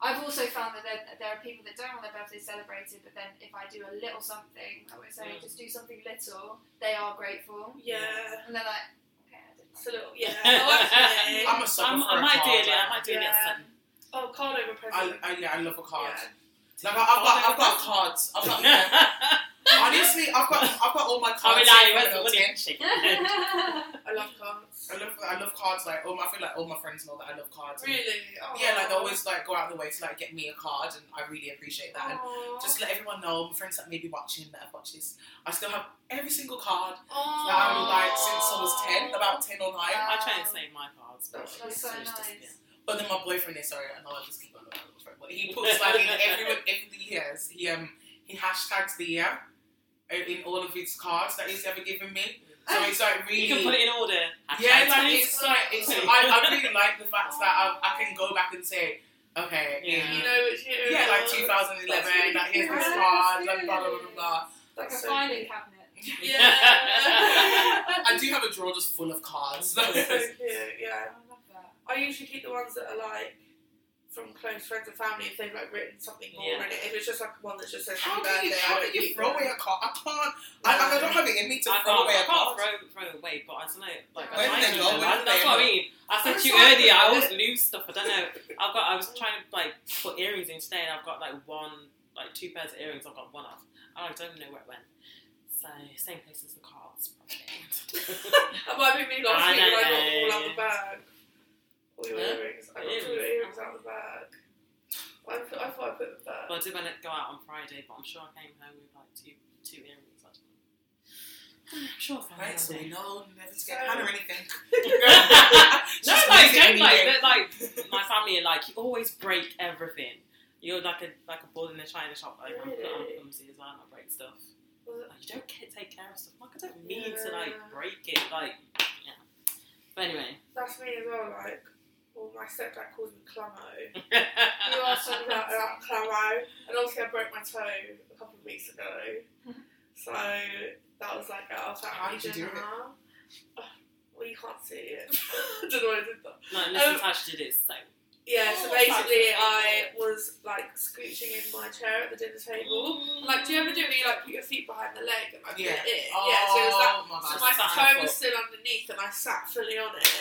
I've also found that there, there are people that don't want their birthday celebrated, but then if I do a little something, I would say Mm. just do something little, they are grateful, Yeah. and they're like, okay, I did. It's a that." little, yeah. Oh, actually. I'm a sucker I'm, for I a might do card. it. I might do it next Yeah. time. oh, card over I, present. I, yeah, I love a card. Yeah. Like I, I've got, I've got cards. I've got, yeah. honestly, I've got, I've got all my cards. I mean, in like, front where's the of me. winning chicken? I love cards. I love, I love cards. Like, all my, I feel like all my friends know that I love cards. and- Really? Oh. Yeah, like they always like go out of the way to like get me a card, and I really appreciate that. And Oh. just let everyone know, my friends that may be watching that have watched this, I still have every single card oh. that I'm like since I was ten, about ten or nine. I try and save my cards, but That's it's so just- nice. yeah. But then my boyfriend is sorry, I know I just keep on about my boyfriend, but he puts like in every every years he um he hashtags the year uh, in all of his cards that he's ever given me. So it's like really You can put it in order. yeah, Hashtag like taste. it's like it's I, I really like the fact that I, I can go back and say okay Yeah. You know it's you. yeah like That's really 2011 like here's cute. this card like blah blah blah blah. blah. like a That's so cute. filing cabinet. Yeah. I do have a drawer just full of cards. That's so cute, yeah. I love that. I usually keep the ones that are like from close friends and family if they've like written something more Yeah. in it. If it's just like one that just says How happy birthday, can you, I how don't can you keep throw them. away a card? I can't. I, I don't have it in me to I throw can't, away I a can't card. throw, throw it away, but I don't know. Like, Where I did they might go? do Where that. did That's they what I go? mean. I said to you Recycle earlier, I it. always lose stuff. I don't know. I've got. I was trying to like put earrings in today, and I've got like one, like two pairs of earrings. I've got one off. I don't know where it went. So same place as the cards, probably. That might be me last I week don't when I got know. all out the bag. All your Huh? earrings. I got Earrings? two earrings out the bag. I, put, I thought I put them back. well, I did when it go out on Friday, but I'm sure I came home with like two two earrings. I don't know. I'm sure I found Right, one so day. we know never to get So- Hannah anything. No, Just like, leave it don't like, anywhere. that, like my family are like, you always break everything. You're like a like a ball in a china shop. Like I'm, I'm Really? clumsy as well, and I break stuff. Was it- Like, you don't ca- take care of stuff. Like I don't mean Yeah. to like break it. Like yeah. But anyway, That's me as well, like, well, my stepdad calls me Clamo. You are so Like, like, Clamo. And obviously, I broke my toe a couple of weeks ago. So that was like, I was like, Mm-hmm. How did you do it? now. Uh, Well, you can't see it. I don't know what I did that. no, unless Um, Natasha did it. So Yeah, so Oh, basically, that's I was like screeching in my chair at the dinner table. Like, do you ever do it where you like put your feet behind the leg and like Yeah. put it in? Oh, Yeah, so it was like, my so That's God. my fine. toe was still underneath and I sat fully on it.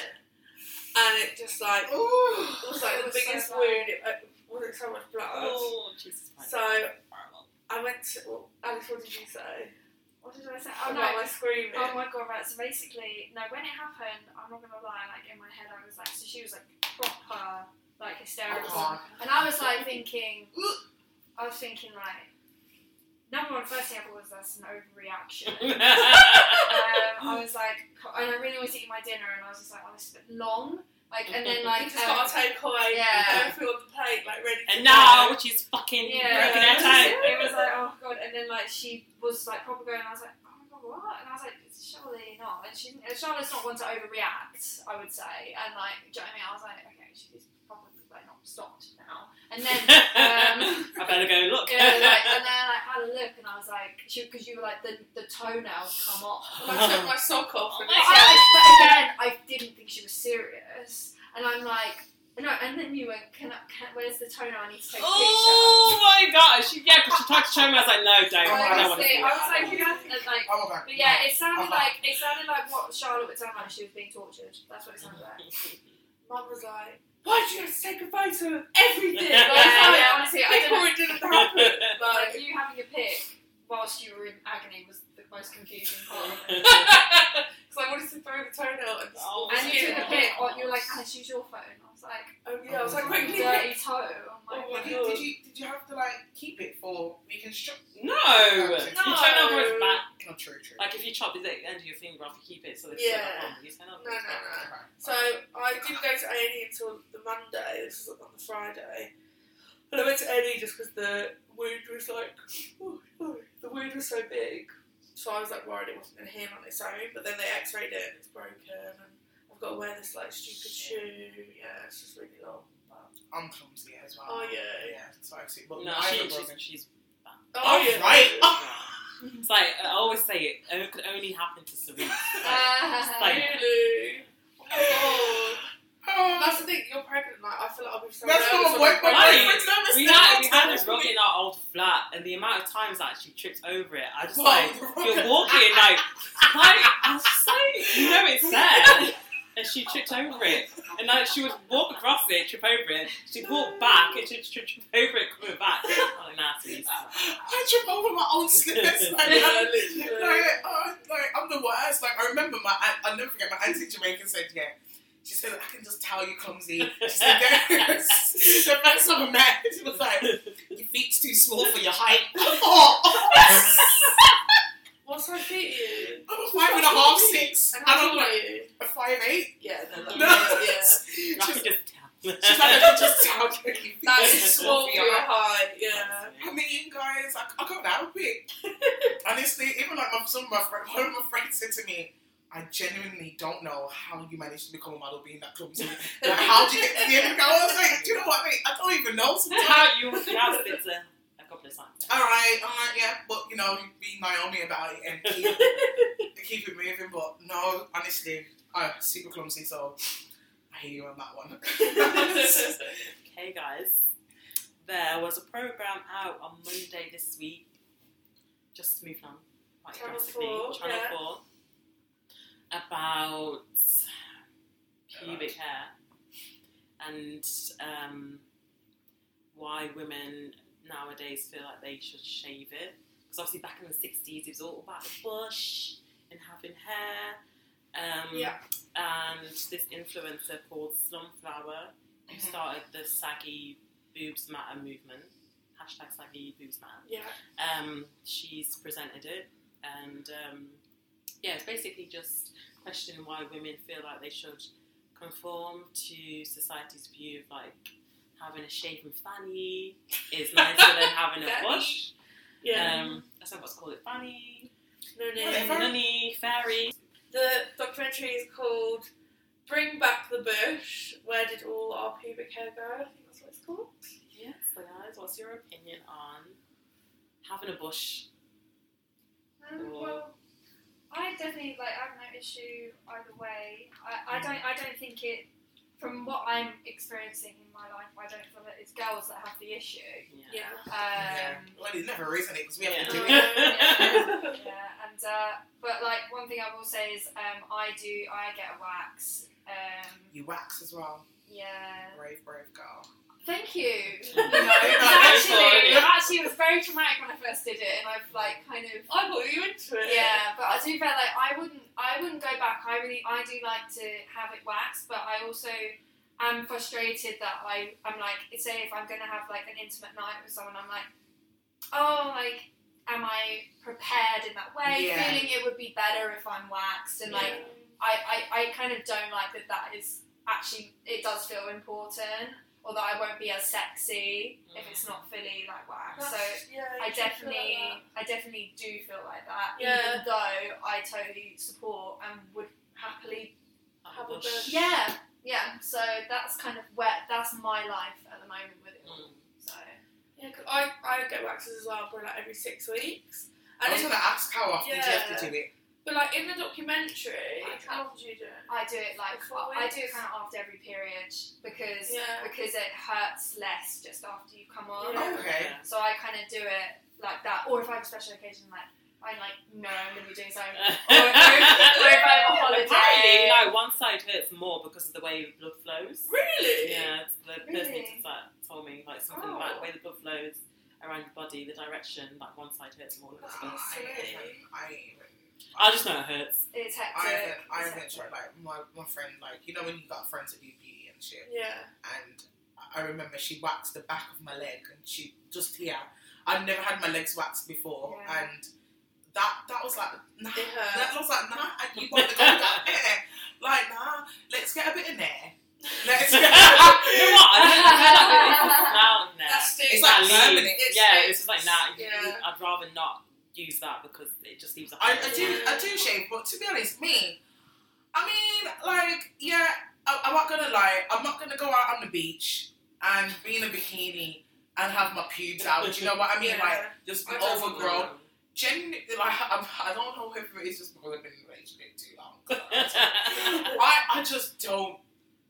And it just like, it Ooh. was like It the was so biggest bad. wound, it like, wasn't so much blood. oh Jesus Christ, So- that's horrible. I went to, well, Alice, what did you say? What did I say? About Oh no, my screaming. Oh my god, right, so basically, no, when it happened, I'm not gonna lie, like in my head I was like, so she was like proper, like hysterical. Oh, and I was like thinking, I was thinking like, number one, first thing I thought was that's an overreaction. um, I was like, co- and I really wanted to eat my dinner, and I was just like, oh, this is a bit long. Like, and then like, You just got um, a takeaway, yeah. everything on the plate, like ready to and go. now she's fucking Yeah. breaking her toe. it was like, oh god, and then like she was like proper going, and I was like, oh my god, what? And I was like, surely not. And she, and Charlotte's not one to overreact, I would say. And like, do you know what I mean? I was like, okay, she's probably like not stopped now. And then, um, I better go look. yeah, like, and then I had a look, and I was like, because you were like the the toenails come off. And I took my sock off. and Oh my it's God. like- I, but again, I didn't think she was serious, and I'm like. No, and then you went. Can, I, can where's the toenail? I need to take a picture. Oh my god! She, yeah, because she tried to show me. I was like, no, don't. I don't want to Honestly, see I was that. like, you have to, like, Oh my God. but yeah, it sounded Uh-huh. like it sounded like what Charlotte would sound like. She was being tortured. That's what it sounded like. Mum was like, why did you have to take a photo of everything? Like, Yeah, yeah, yeah, honestly, I I don't know. thought it didn't happen. Like Like, you having a pick whilst you were in agony was the most confusing part. Of it. because I wanted to throw the toenail and just Oh, And you Yeah. took a pic, or you were like, "Alice, use your phone." I was like, Oh, yeah, I was like, quickly. "Dirty toe." Oh my Oh Did god. you, did you did you have to like keep it for reconstruction? No, no, No. the toenail grows back. Not true, true. Like if you chop the end of your finger off, you keep it so they Yeah. turn up wrong. You turn up. No, no, no. So I didn't go to A&E until the Monday. This was on the Friday. And I went to A&E just because the wound was like, oh, the wound was so big. So I was like worried it wasn't going to heal on its own. But then they x-rayed it and it's broken. And I've got to wear this like stupid shoe. Yeah, it's just really long. I'm clumsy as well. Oh, yeah. Oh, Yeah, so I see. But No, I she, haven't she's, broken. she's. All yeah. Oh, right. It's like I always say, it, it could only happen to Serena. Uh, Like- Really? Oh my god. Oh, That's the thing, you're pregnant, like, I feel like I'll be so that's nervous not a when work. I'm My Why? pregnant. boyfriend's nervous we now. had we had That's a rug weird. in our old flat, and the amount of times that she tripped over it, I just Whoa, like the rug. you're walking and like, like I'm so you know it's there, and she tripped over it, and like she would walk across it, trip over it, she'd walk back, and she'd trip, trip over it, coming back. I'm like, nah, Serena, I trip over my own slippers. Like, Yeah, I'm- literally. like, oh, like, I'm the worst. Like, I remember my, I, I'll never forget, my auntie Jamaican said, yeah. She said, I can just tell you clumsy. She said, there's the best of a man. She was like, your feet's too small for your height. Oh, What's my feet you? I'm a five and a half, six. And And how I'm tall like, are you? a five, eight. Yeah, no, like- No. yeah. She's I can like, just tell. she's like, I can just tell you. your That's feet's too small for your height, yeah. I mean, guys, I, I got that quick. Honestly, even like my, some of my friends, one of my friends said to me, I genuinely don't know how you managed to become a model being that clumsy. like, how did you get to the end? I was like, do you know what, mate? I don't even know sometimes. How you you have been to a couple of times. all right, all right, yeah, but you know, be Naomi about it and keep, keep it moving. But no, honestly, I'm super clumsy, so I hear you on that one. Okay, guys. There was a program out on Monday this week. Just moved on quite Channel drastically. 4, Channel yeah. 4. About pubic hair and um, why women nowadays feel like they should shave it. Because obviously, back in the 60s, it was all about the bush and having hair. Um, Yeah. and this influencer called Slumflower who Mm-hmm. Mhm. started the saggy boobs matter movement hashtag saggy boobs matter Yeah. um, she's presented it and um, yeah it's basically just questioning why women feel like they should conform to society's view of like having a shaven fanny is nicer than having a Fanny. bush Yeah. um, I said what's called it fanny no name. Whatever. nanny fairy The documentary is called Bring Back the Bush. Where did all our pubic hair go? I think that's what it's called. Yes, guys, what's your opinion on having a bush? Um, well, I definitely like I have no issue either way. I, I don't I don't think it from what I'm experiencing in my life. I don't feel that it's girls that have the issue. Yeah. Um, yeah. Well, it never reason it because we have to do Yeah. it. yeah, and uh, but like one thing I will say is um, I do I get a wax. Um, You wax as well. yeah. Brave, brave girl. Thank you. No, It actually, it actually was very traumatic when I first did it, and I've like kind of I brought you into it. yeah. But I do feel like I wouldn't, I wouldn't go back. I really, I do like to have it waxed, but I also am frustrated that I, I'm like, say if I'm gonna have like an intimate night with someone, I'm like, oh, like, am I prepared in that way? Yeah. Feeling it would be better if I'm waxed, and like, I, I, I kind of don't like that that is actually it does feel important or that I won't be as sexy if it's not fully like wax. So That's- yeah, you I should feel like definitely that. I definitely do feel like that. Yeah. Even though I totally support and would happily Have a Have a bush. bush. Yeah. Yeah. So that's kind of where that's my life at the moment with it all. Mm. So Yeah, 'cause I, I get waxes as well, probably like every six weeks. I And was it's, gonna ask how often do you have to Yeah. do it? but like in the documentary, Like, how long do you do it? I do it like Before I weeks? do it kind of after every period because Yeah. because it hurts less just after you come on. Yeah. Oh, Okay. So I kind of do it like that, or if I have a special occasion, like I like no, I'm gonna be doing something. Or, or, if, or if I have a Apparently, holiday. like one side hurts more because of the way blood flows. Really? Yeah, it's the person Really? who just, like, told me like something Oh. about the way the blood flows around your body, the direction. Like one side hurts more than the other. I ain't even. I ain't even. I just know it hurts. It's I hectic. haven't, I It's haven't hectic. tried, like, my, my friend, like, you know when you got friends that do beauty and shit? Yeah. And I remember she waxed the back of my leg and she, just here. I'd never had my legs waxed before Yeah. and that that was like nah. It hurt. That was like nah. and You got to go down there. Like nah. Let's get a bit in there. Let's you know get. what? I think I feel like if it's loud in there. That's It's stupid. like leave. permanent. It's yeah, like- it's just like nah. you- yeah. I'd rather not use that because it just leaves. a I, hole. I do I do shave, but to be honest, me, I mean, like, yeah, I, I'm not gonna lie, I'm not gonna go out on the beach and be in a bikini and have my pubes out. Do you know what I mean? Yeah. Like, just be I don't overgrown. Genuinely, like, I'm, I don't know if it's just because I've been in a relationship too long. I, I just don't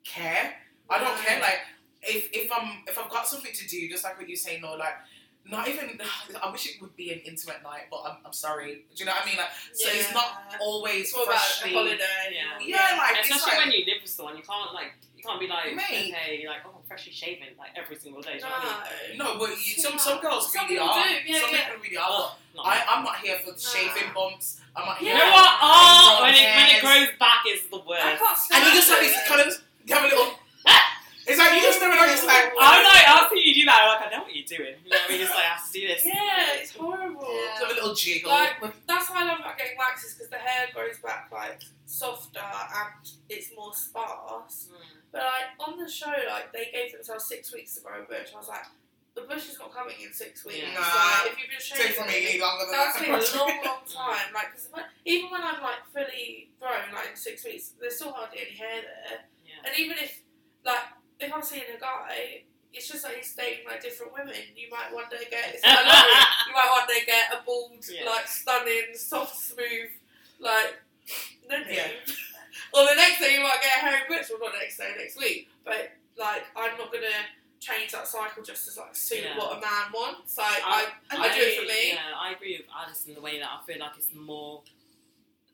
care. I don't care. Like, if if I'm if I've got something to do, just like what you say, no, like. Not even. I wish it would be an intimate night, but I'm, I'm sorry. Do you know what I mean? Like, so it's not always It's all about a freshly. holiday. Yeah. yeah, like it's Especially like, when you live with someone, you can't like you can't be like Mate. okay, you're like oh I'm freshly shaven like every single day. do you know what I mean? No. no, but you, some some girls Some really people are. do, yeah, some yeah. people really are. Not I me. I'm not here for the shaving bumps. I'm not you here. know for what? Oh, the when it when it hairs. grows back is I the worst. can't and stand you just have it. this kind of you have a little. It's like you just never know. It's like I was like, I'll see you do that. I'm like, I know what you're doing. You know what I mean? It's like, I have to do this. Hmm. Yeah, it's horrible. Yeah. have a little jiggle. Like that's why I love about getting waxes because the hair grows back like softer and it's more sparse. But like on the show, like they gave themselves six weeks to grow a bush. I was like, the bush is not coming in six weeks. Yeah. Nah. Like, if you've been Take shaving, for me any longer than That's been a long, that. long time. Like, 'cause when, even when I'm like fully grown, like in six weeks, there's still hardly any hair there. Yeah. And even if, like, if I'm seeing a guy, it's just like he's dating like different women. You might one day get, it's like, like, you might one day get a bald, Yeah. like stunning, soft, smooth, like, no Yeah. Or the next day you might get a hairy butch, well not next day, next week. But like, I'm not gonna change that cycle just as like suit Yeah. what a man wants. Like, I, I, do it for me. Yeah, I agree with Alice in the way that I feel like it's more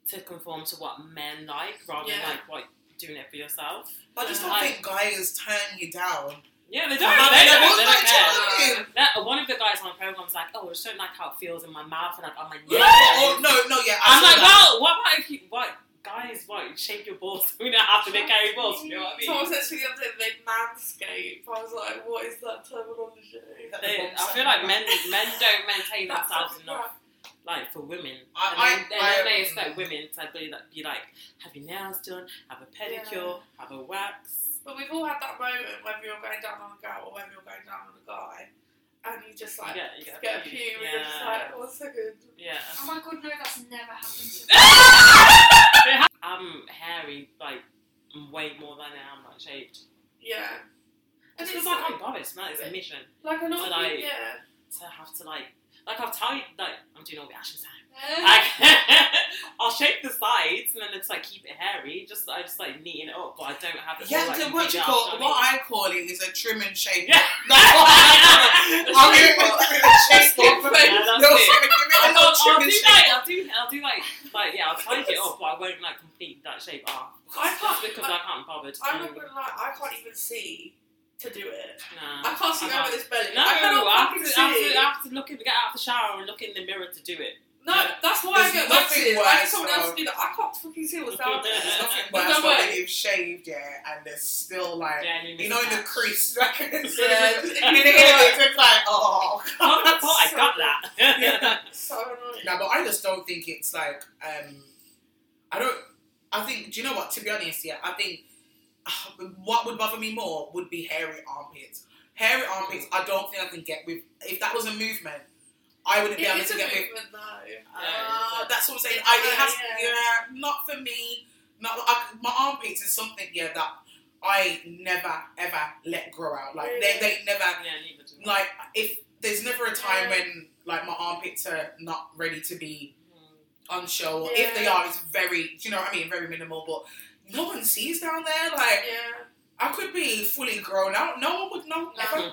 to conform to what men like rather than Yeah. like what doing it for yourself. But I just don't I- think guys turn you down. Yeah, they Like, don't. They they're don't. both They like don't care. joking. That, one of the guys on the program was like, "Oh, I just don't like how it feels in my mouth," and like, I'm like, Yeah. "Yeah." Oh, no, no, yeah. I I'm saw like, that. "Well, what about if you, what guys, what shave your balls? We don't have to make carry balls. You know what I mean?" Someone said to me the other day they manscape. I was like, what is that terminology? They- I feel like men men don't maintain That's themselves enough. crap. like for women. I- and then, I- and then I- they expect women to be like, be like, have your nails done, have a pedicure, have a wax. But we've all had that moment when we were going down on a girl or when we were going down on a guy, and you just like You get- you get a get a pube. pew, and you're just Yeah. like, one second. Yeah. Oh my god, no, that's never happened to me. I'm hairy, like way more than I am like shaved. Yeah. And Just it's because like, like, I'm bothered, man. It's a mission like a lot So, of like- people, yeah. to have to like, like I'll tell you, like I'm doing all the action time. Yeah. Like, I'll shape the sides and then it's like keep it hairy. Just I just like neaten it up, but I don't have it. Yeah, all, like, then what you big call arch, you know what what I call it is a trim and shape. Yeah. That's what I I mean? call it. I'm here for a trim and shape. Yeah, that's No, it. oh, sorry, give me I'll, a little I'll, trim do and shape. like, I'll do, I'll do like, like yeah, I'll tidy it up, but I won't like complete that shape off. I Just can't. because I, can't bother. To, I'm not gonna lie, I can't even see to do it. nah. I can't see over I'm not- this belly. No, I cannot I fucking have, to, see. I, have to, I have to look in, get out of the shower and look in the mirror to do it. No, Yeah. that's why There's I get nothing waxes. worse, I need someone else though. to do that. I can't fucking see what's down there. There's nothing There's worse no than way. when you've shaved, yeah, and there's still like Yeah, and you know in the that. crease, like in the Yeah. image, it's like oh. Oh, God. oh, I got that. Yeah. So annoying. No, but I just don't think it's like um, I don't. I think. Do you know what? To be honest, yeah, I think uh, what would bother me more would be hairy armpits. Hairy armpits. I don't think I can get with. If that was a movement, I wouldn't be It able is to a Ah, get with. movement though. Uh, that's what I'm saying. I, it has, yeah. Yeah, not for me. Not I, my armpits is something, yeah, that I never ever let grow out. Like they, they never, yeah, neither do I. like if there's never a time when like my armpits are not ready to be Mm-hmm. on show. Or If they Yeah. are, it's very, do you know what I mean, very minimal. But no one sees down there. Like Yeah. I could be fully grown out. No one would know. No. Ever.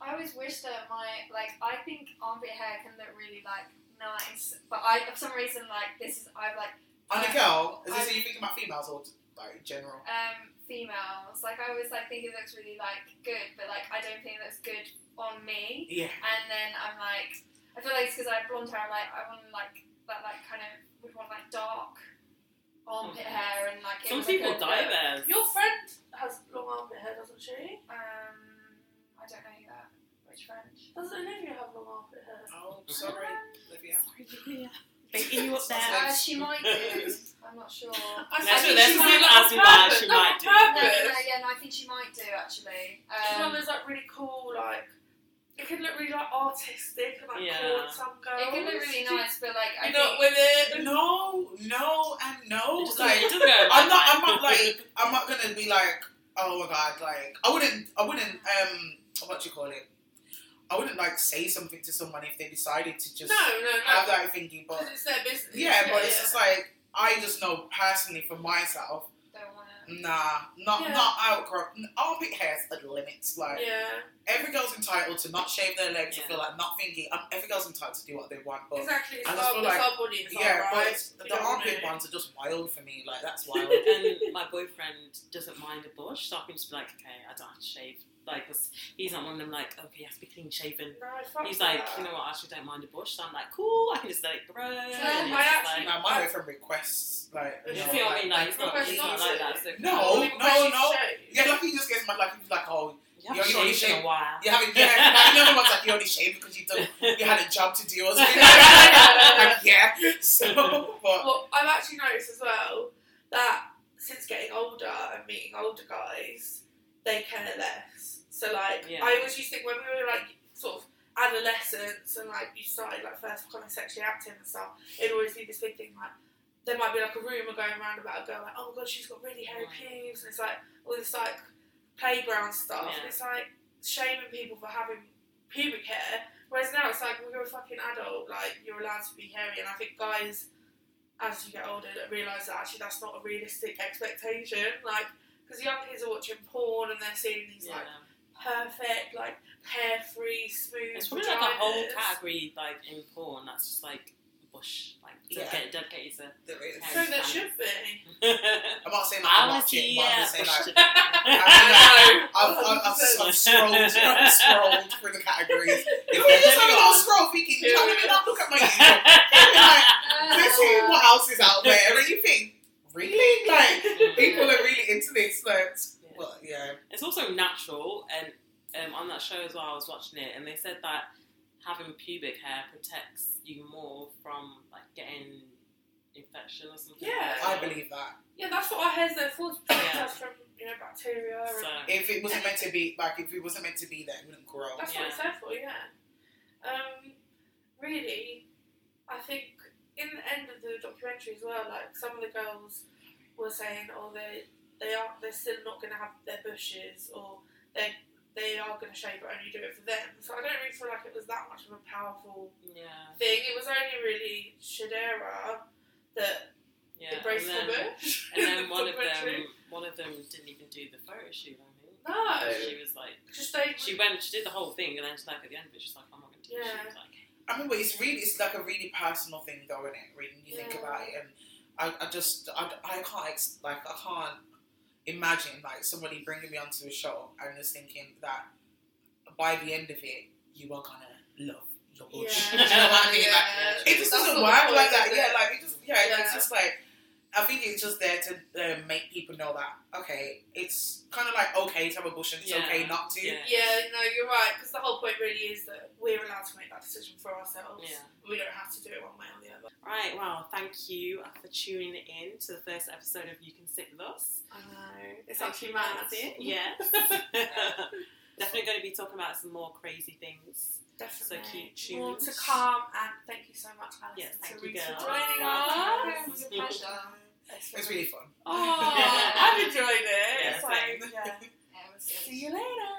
I always wish that my like I think armpit hair can look really like nice, but I for some reason like this is I like On a girl, is this I- are you thinking about females or like general? um females. Like I always like think it looks really like good, but like I don't think it looks good on me. Yeah. And then I'm like, I feel like it's because I have blonde hair. I'm like I want like that like kind of would want like dark armpit Mhm. hair and like. it Some was, like, people a- dye theirs. Your friend has long armpit hair, doesn't she? Um, I don't know who that. Which French? Doesn't Olivia have long armpit hair? Oh, sorry. Sophia. Sorry, Maria. Beating you up there. Uh, she might do. I'm not sure. I Let's- think let's she might leave it not as it have is, it, she not on might do. No, no, purpose. no, yeah, no, I think she might do actually. She's one Um, of those like really cool, like it could look really like artistic and like Yeah. cool and some girls. it could look really nice, but like I You're not think with it. No, no, and no. Just Like like- just go, I'm not. like- I'm not like. I'm not gonna be like. Oh my god! Like I wouldn't. I wouldn't. Um, what do you call it? I wouldn't like say something to someone if they decided to No, just no, have no. that thingy. But Because it's their business. yeah, but it's just like I just know personally for myself. don't want to. Nah, not Yeah. not outgrow. Armpit hair's at limits. Like yeah, every girl's entitled to not shave their legs Yeah. and feel like not thingy. Um, every girl's entitled to do what they want, but. exactly. It's I our, just feel it's like- our body. It's Yeah, our but right. it's, We the don't armpit know. ones are just wild for me. Like that's wild. and my boyfriend doesn't mind a bush, so I can just be like, okay, I don't have to shave. Like, 'cause he's not one of them, like, okay, you have to be clean shaven. No, fuck He's like, that. you know what, I actually don't mind a bush. So I'm like, cool, I can just let it grow. and I it's just actually- like, Now my boyfriend requests like You you know, see what I mean? Like, like, he's not, he's not like that. So No, Only because no, she's no. shaved. yeah, like he just gets mad. Like he's like, oh, you haven't You're only shaved in a shaved- while. you haven't. Yeah, like, another one's like, you only shaved because you done, you had a job to do. Or something. like, yeah. So, but Well, I've actually noticed as well that since getting older and meeting older guys, they care less. So like, Yeah. I always used to think when we were like sort of adolescents and like you started like first becoming sexually active and stuff, it'd always be this big thing like there might be like a rumor going around about a girl like, oh my god, she's got really hairy pubes, and it's like all this like playground stuff. Yeah. And it's like shaming people for having pubic hair. Whereas now it's like, well, you're a fucking adult, like, you're allowed to be hairy. And I think guys, as you get older, realise that actually that's not a realistic expectation. Like, because young kids are watching porn and they're seeing these, Yeah. like, perfect, like, hair free, smooth. It's probably like a whole vaginas. category, like, in porn that's just like bush. Like, Yeah. dedicated, dedicated to. there is. category. So there should be. I'm not saying like, I I'm want to not see, cheating, but I'm yeah. just saying like. I know. I've, I've, I've, I've scrolled, I've scrolled through the categories. You know, Yeah, you just have a little everyone. scroll thinking, you know what I mean? I'll look at my email. Let's see Uh, what else is out there. And you think, really? Like, people are really into this. Like, well, yeah. It's also natural, and um, on that show as well, I was watching it, and they said that having pubic hair protects you more from like getting infection or something. Yeah. I believe that. Yeah, that's what our hair's there for, to protect Yeah. us from, you know, bacteria. and- So If it wasn't meant to be, like, if it wasn't meant to be there, it wouldn't grow. That's what it's there for, yeah. Um, really, I think in the end of the documentary as well, like some of the girls were saying, oh, they they are they're still not going to have their bushes, or they they are going to shave, but only do it for them. So I don't really feel like it was that much of a powerful yeah, thing. It was only really Shadera that yeah. embraced and the then, bush. in and then the one of them, documentary. one of them didn't even do the photo shoot. I No, Oh. think she was like, just they. she went, she did the whole thing, and then she's like at the end of it, she's like, I'm not going to do it. Yeah. She was like, I mean, but it's really, it's like a really personal thing, though, isn't it? Really, you Yeah. think about it, and I, I just, I, I can't, ex- like, I can't imagine like somebody bringing me onto a show and just thinking that by the end of it, you are gonna love your Yeah. bush. Do you know what I mean? Like, it just That's doesn't not work the like point, that. is Yeah, it? like it just yeah, it's Yeah. just like I think it's just there to uh, make people know that okay, it's kind of like okay to have a bush and it's Yeah. okay not to. Yeah. Yeah, no, you're right. Because the whole point really is that we're allowed to make that decision for ourselves. Yeah. We don't have to do it one way or the other. Right, well, thank you uh, for tuning in to the first episode of You Can Sit With Us. I know. It's Thank actually you, mad. that's it, yes. Definitely going to be talking about some more crazy things. Definitely. So keep tuned. More to come, and thank you so much, Alison, Yes, thank Cerise, you, for girls. joining Yeah, us. it was a pleasure. It's really fun. Oh, I've enjoyed it. Yeah, It's like, same. yeah. Yeah, it was good. See you later.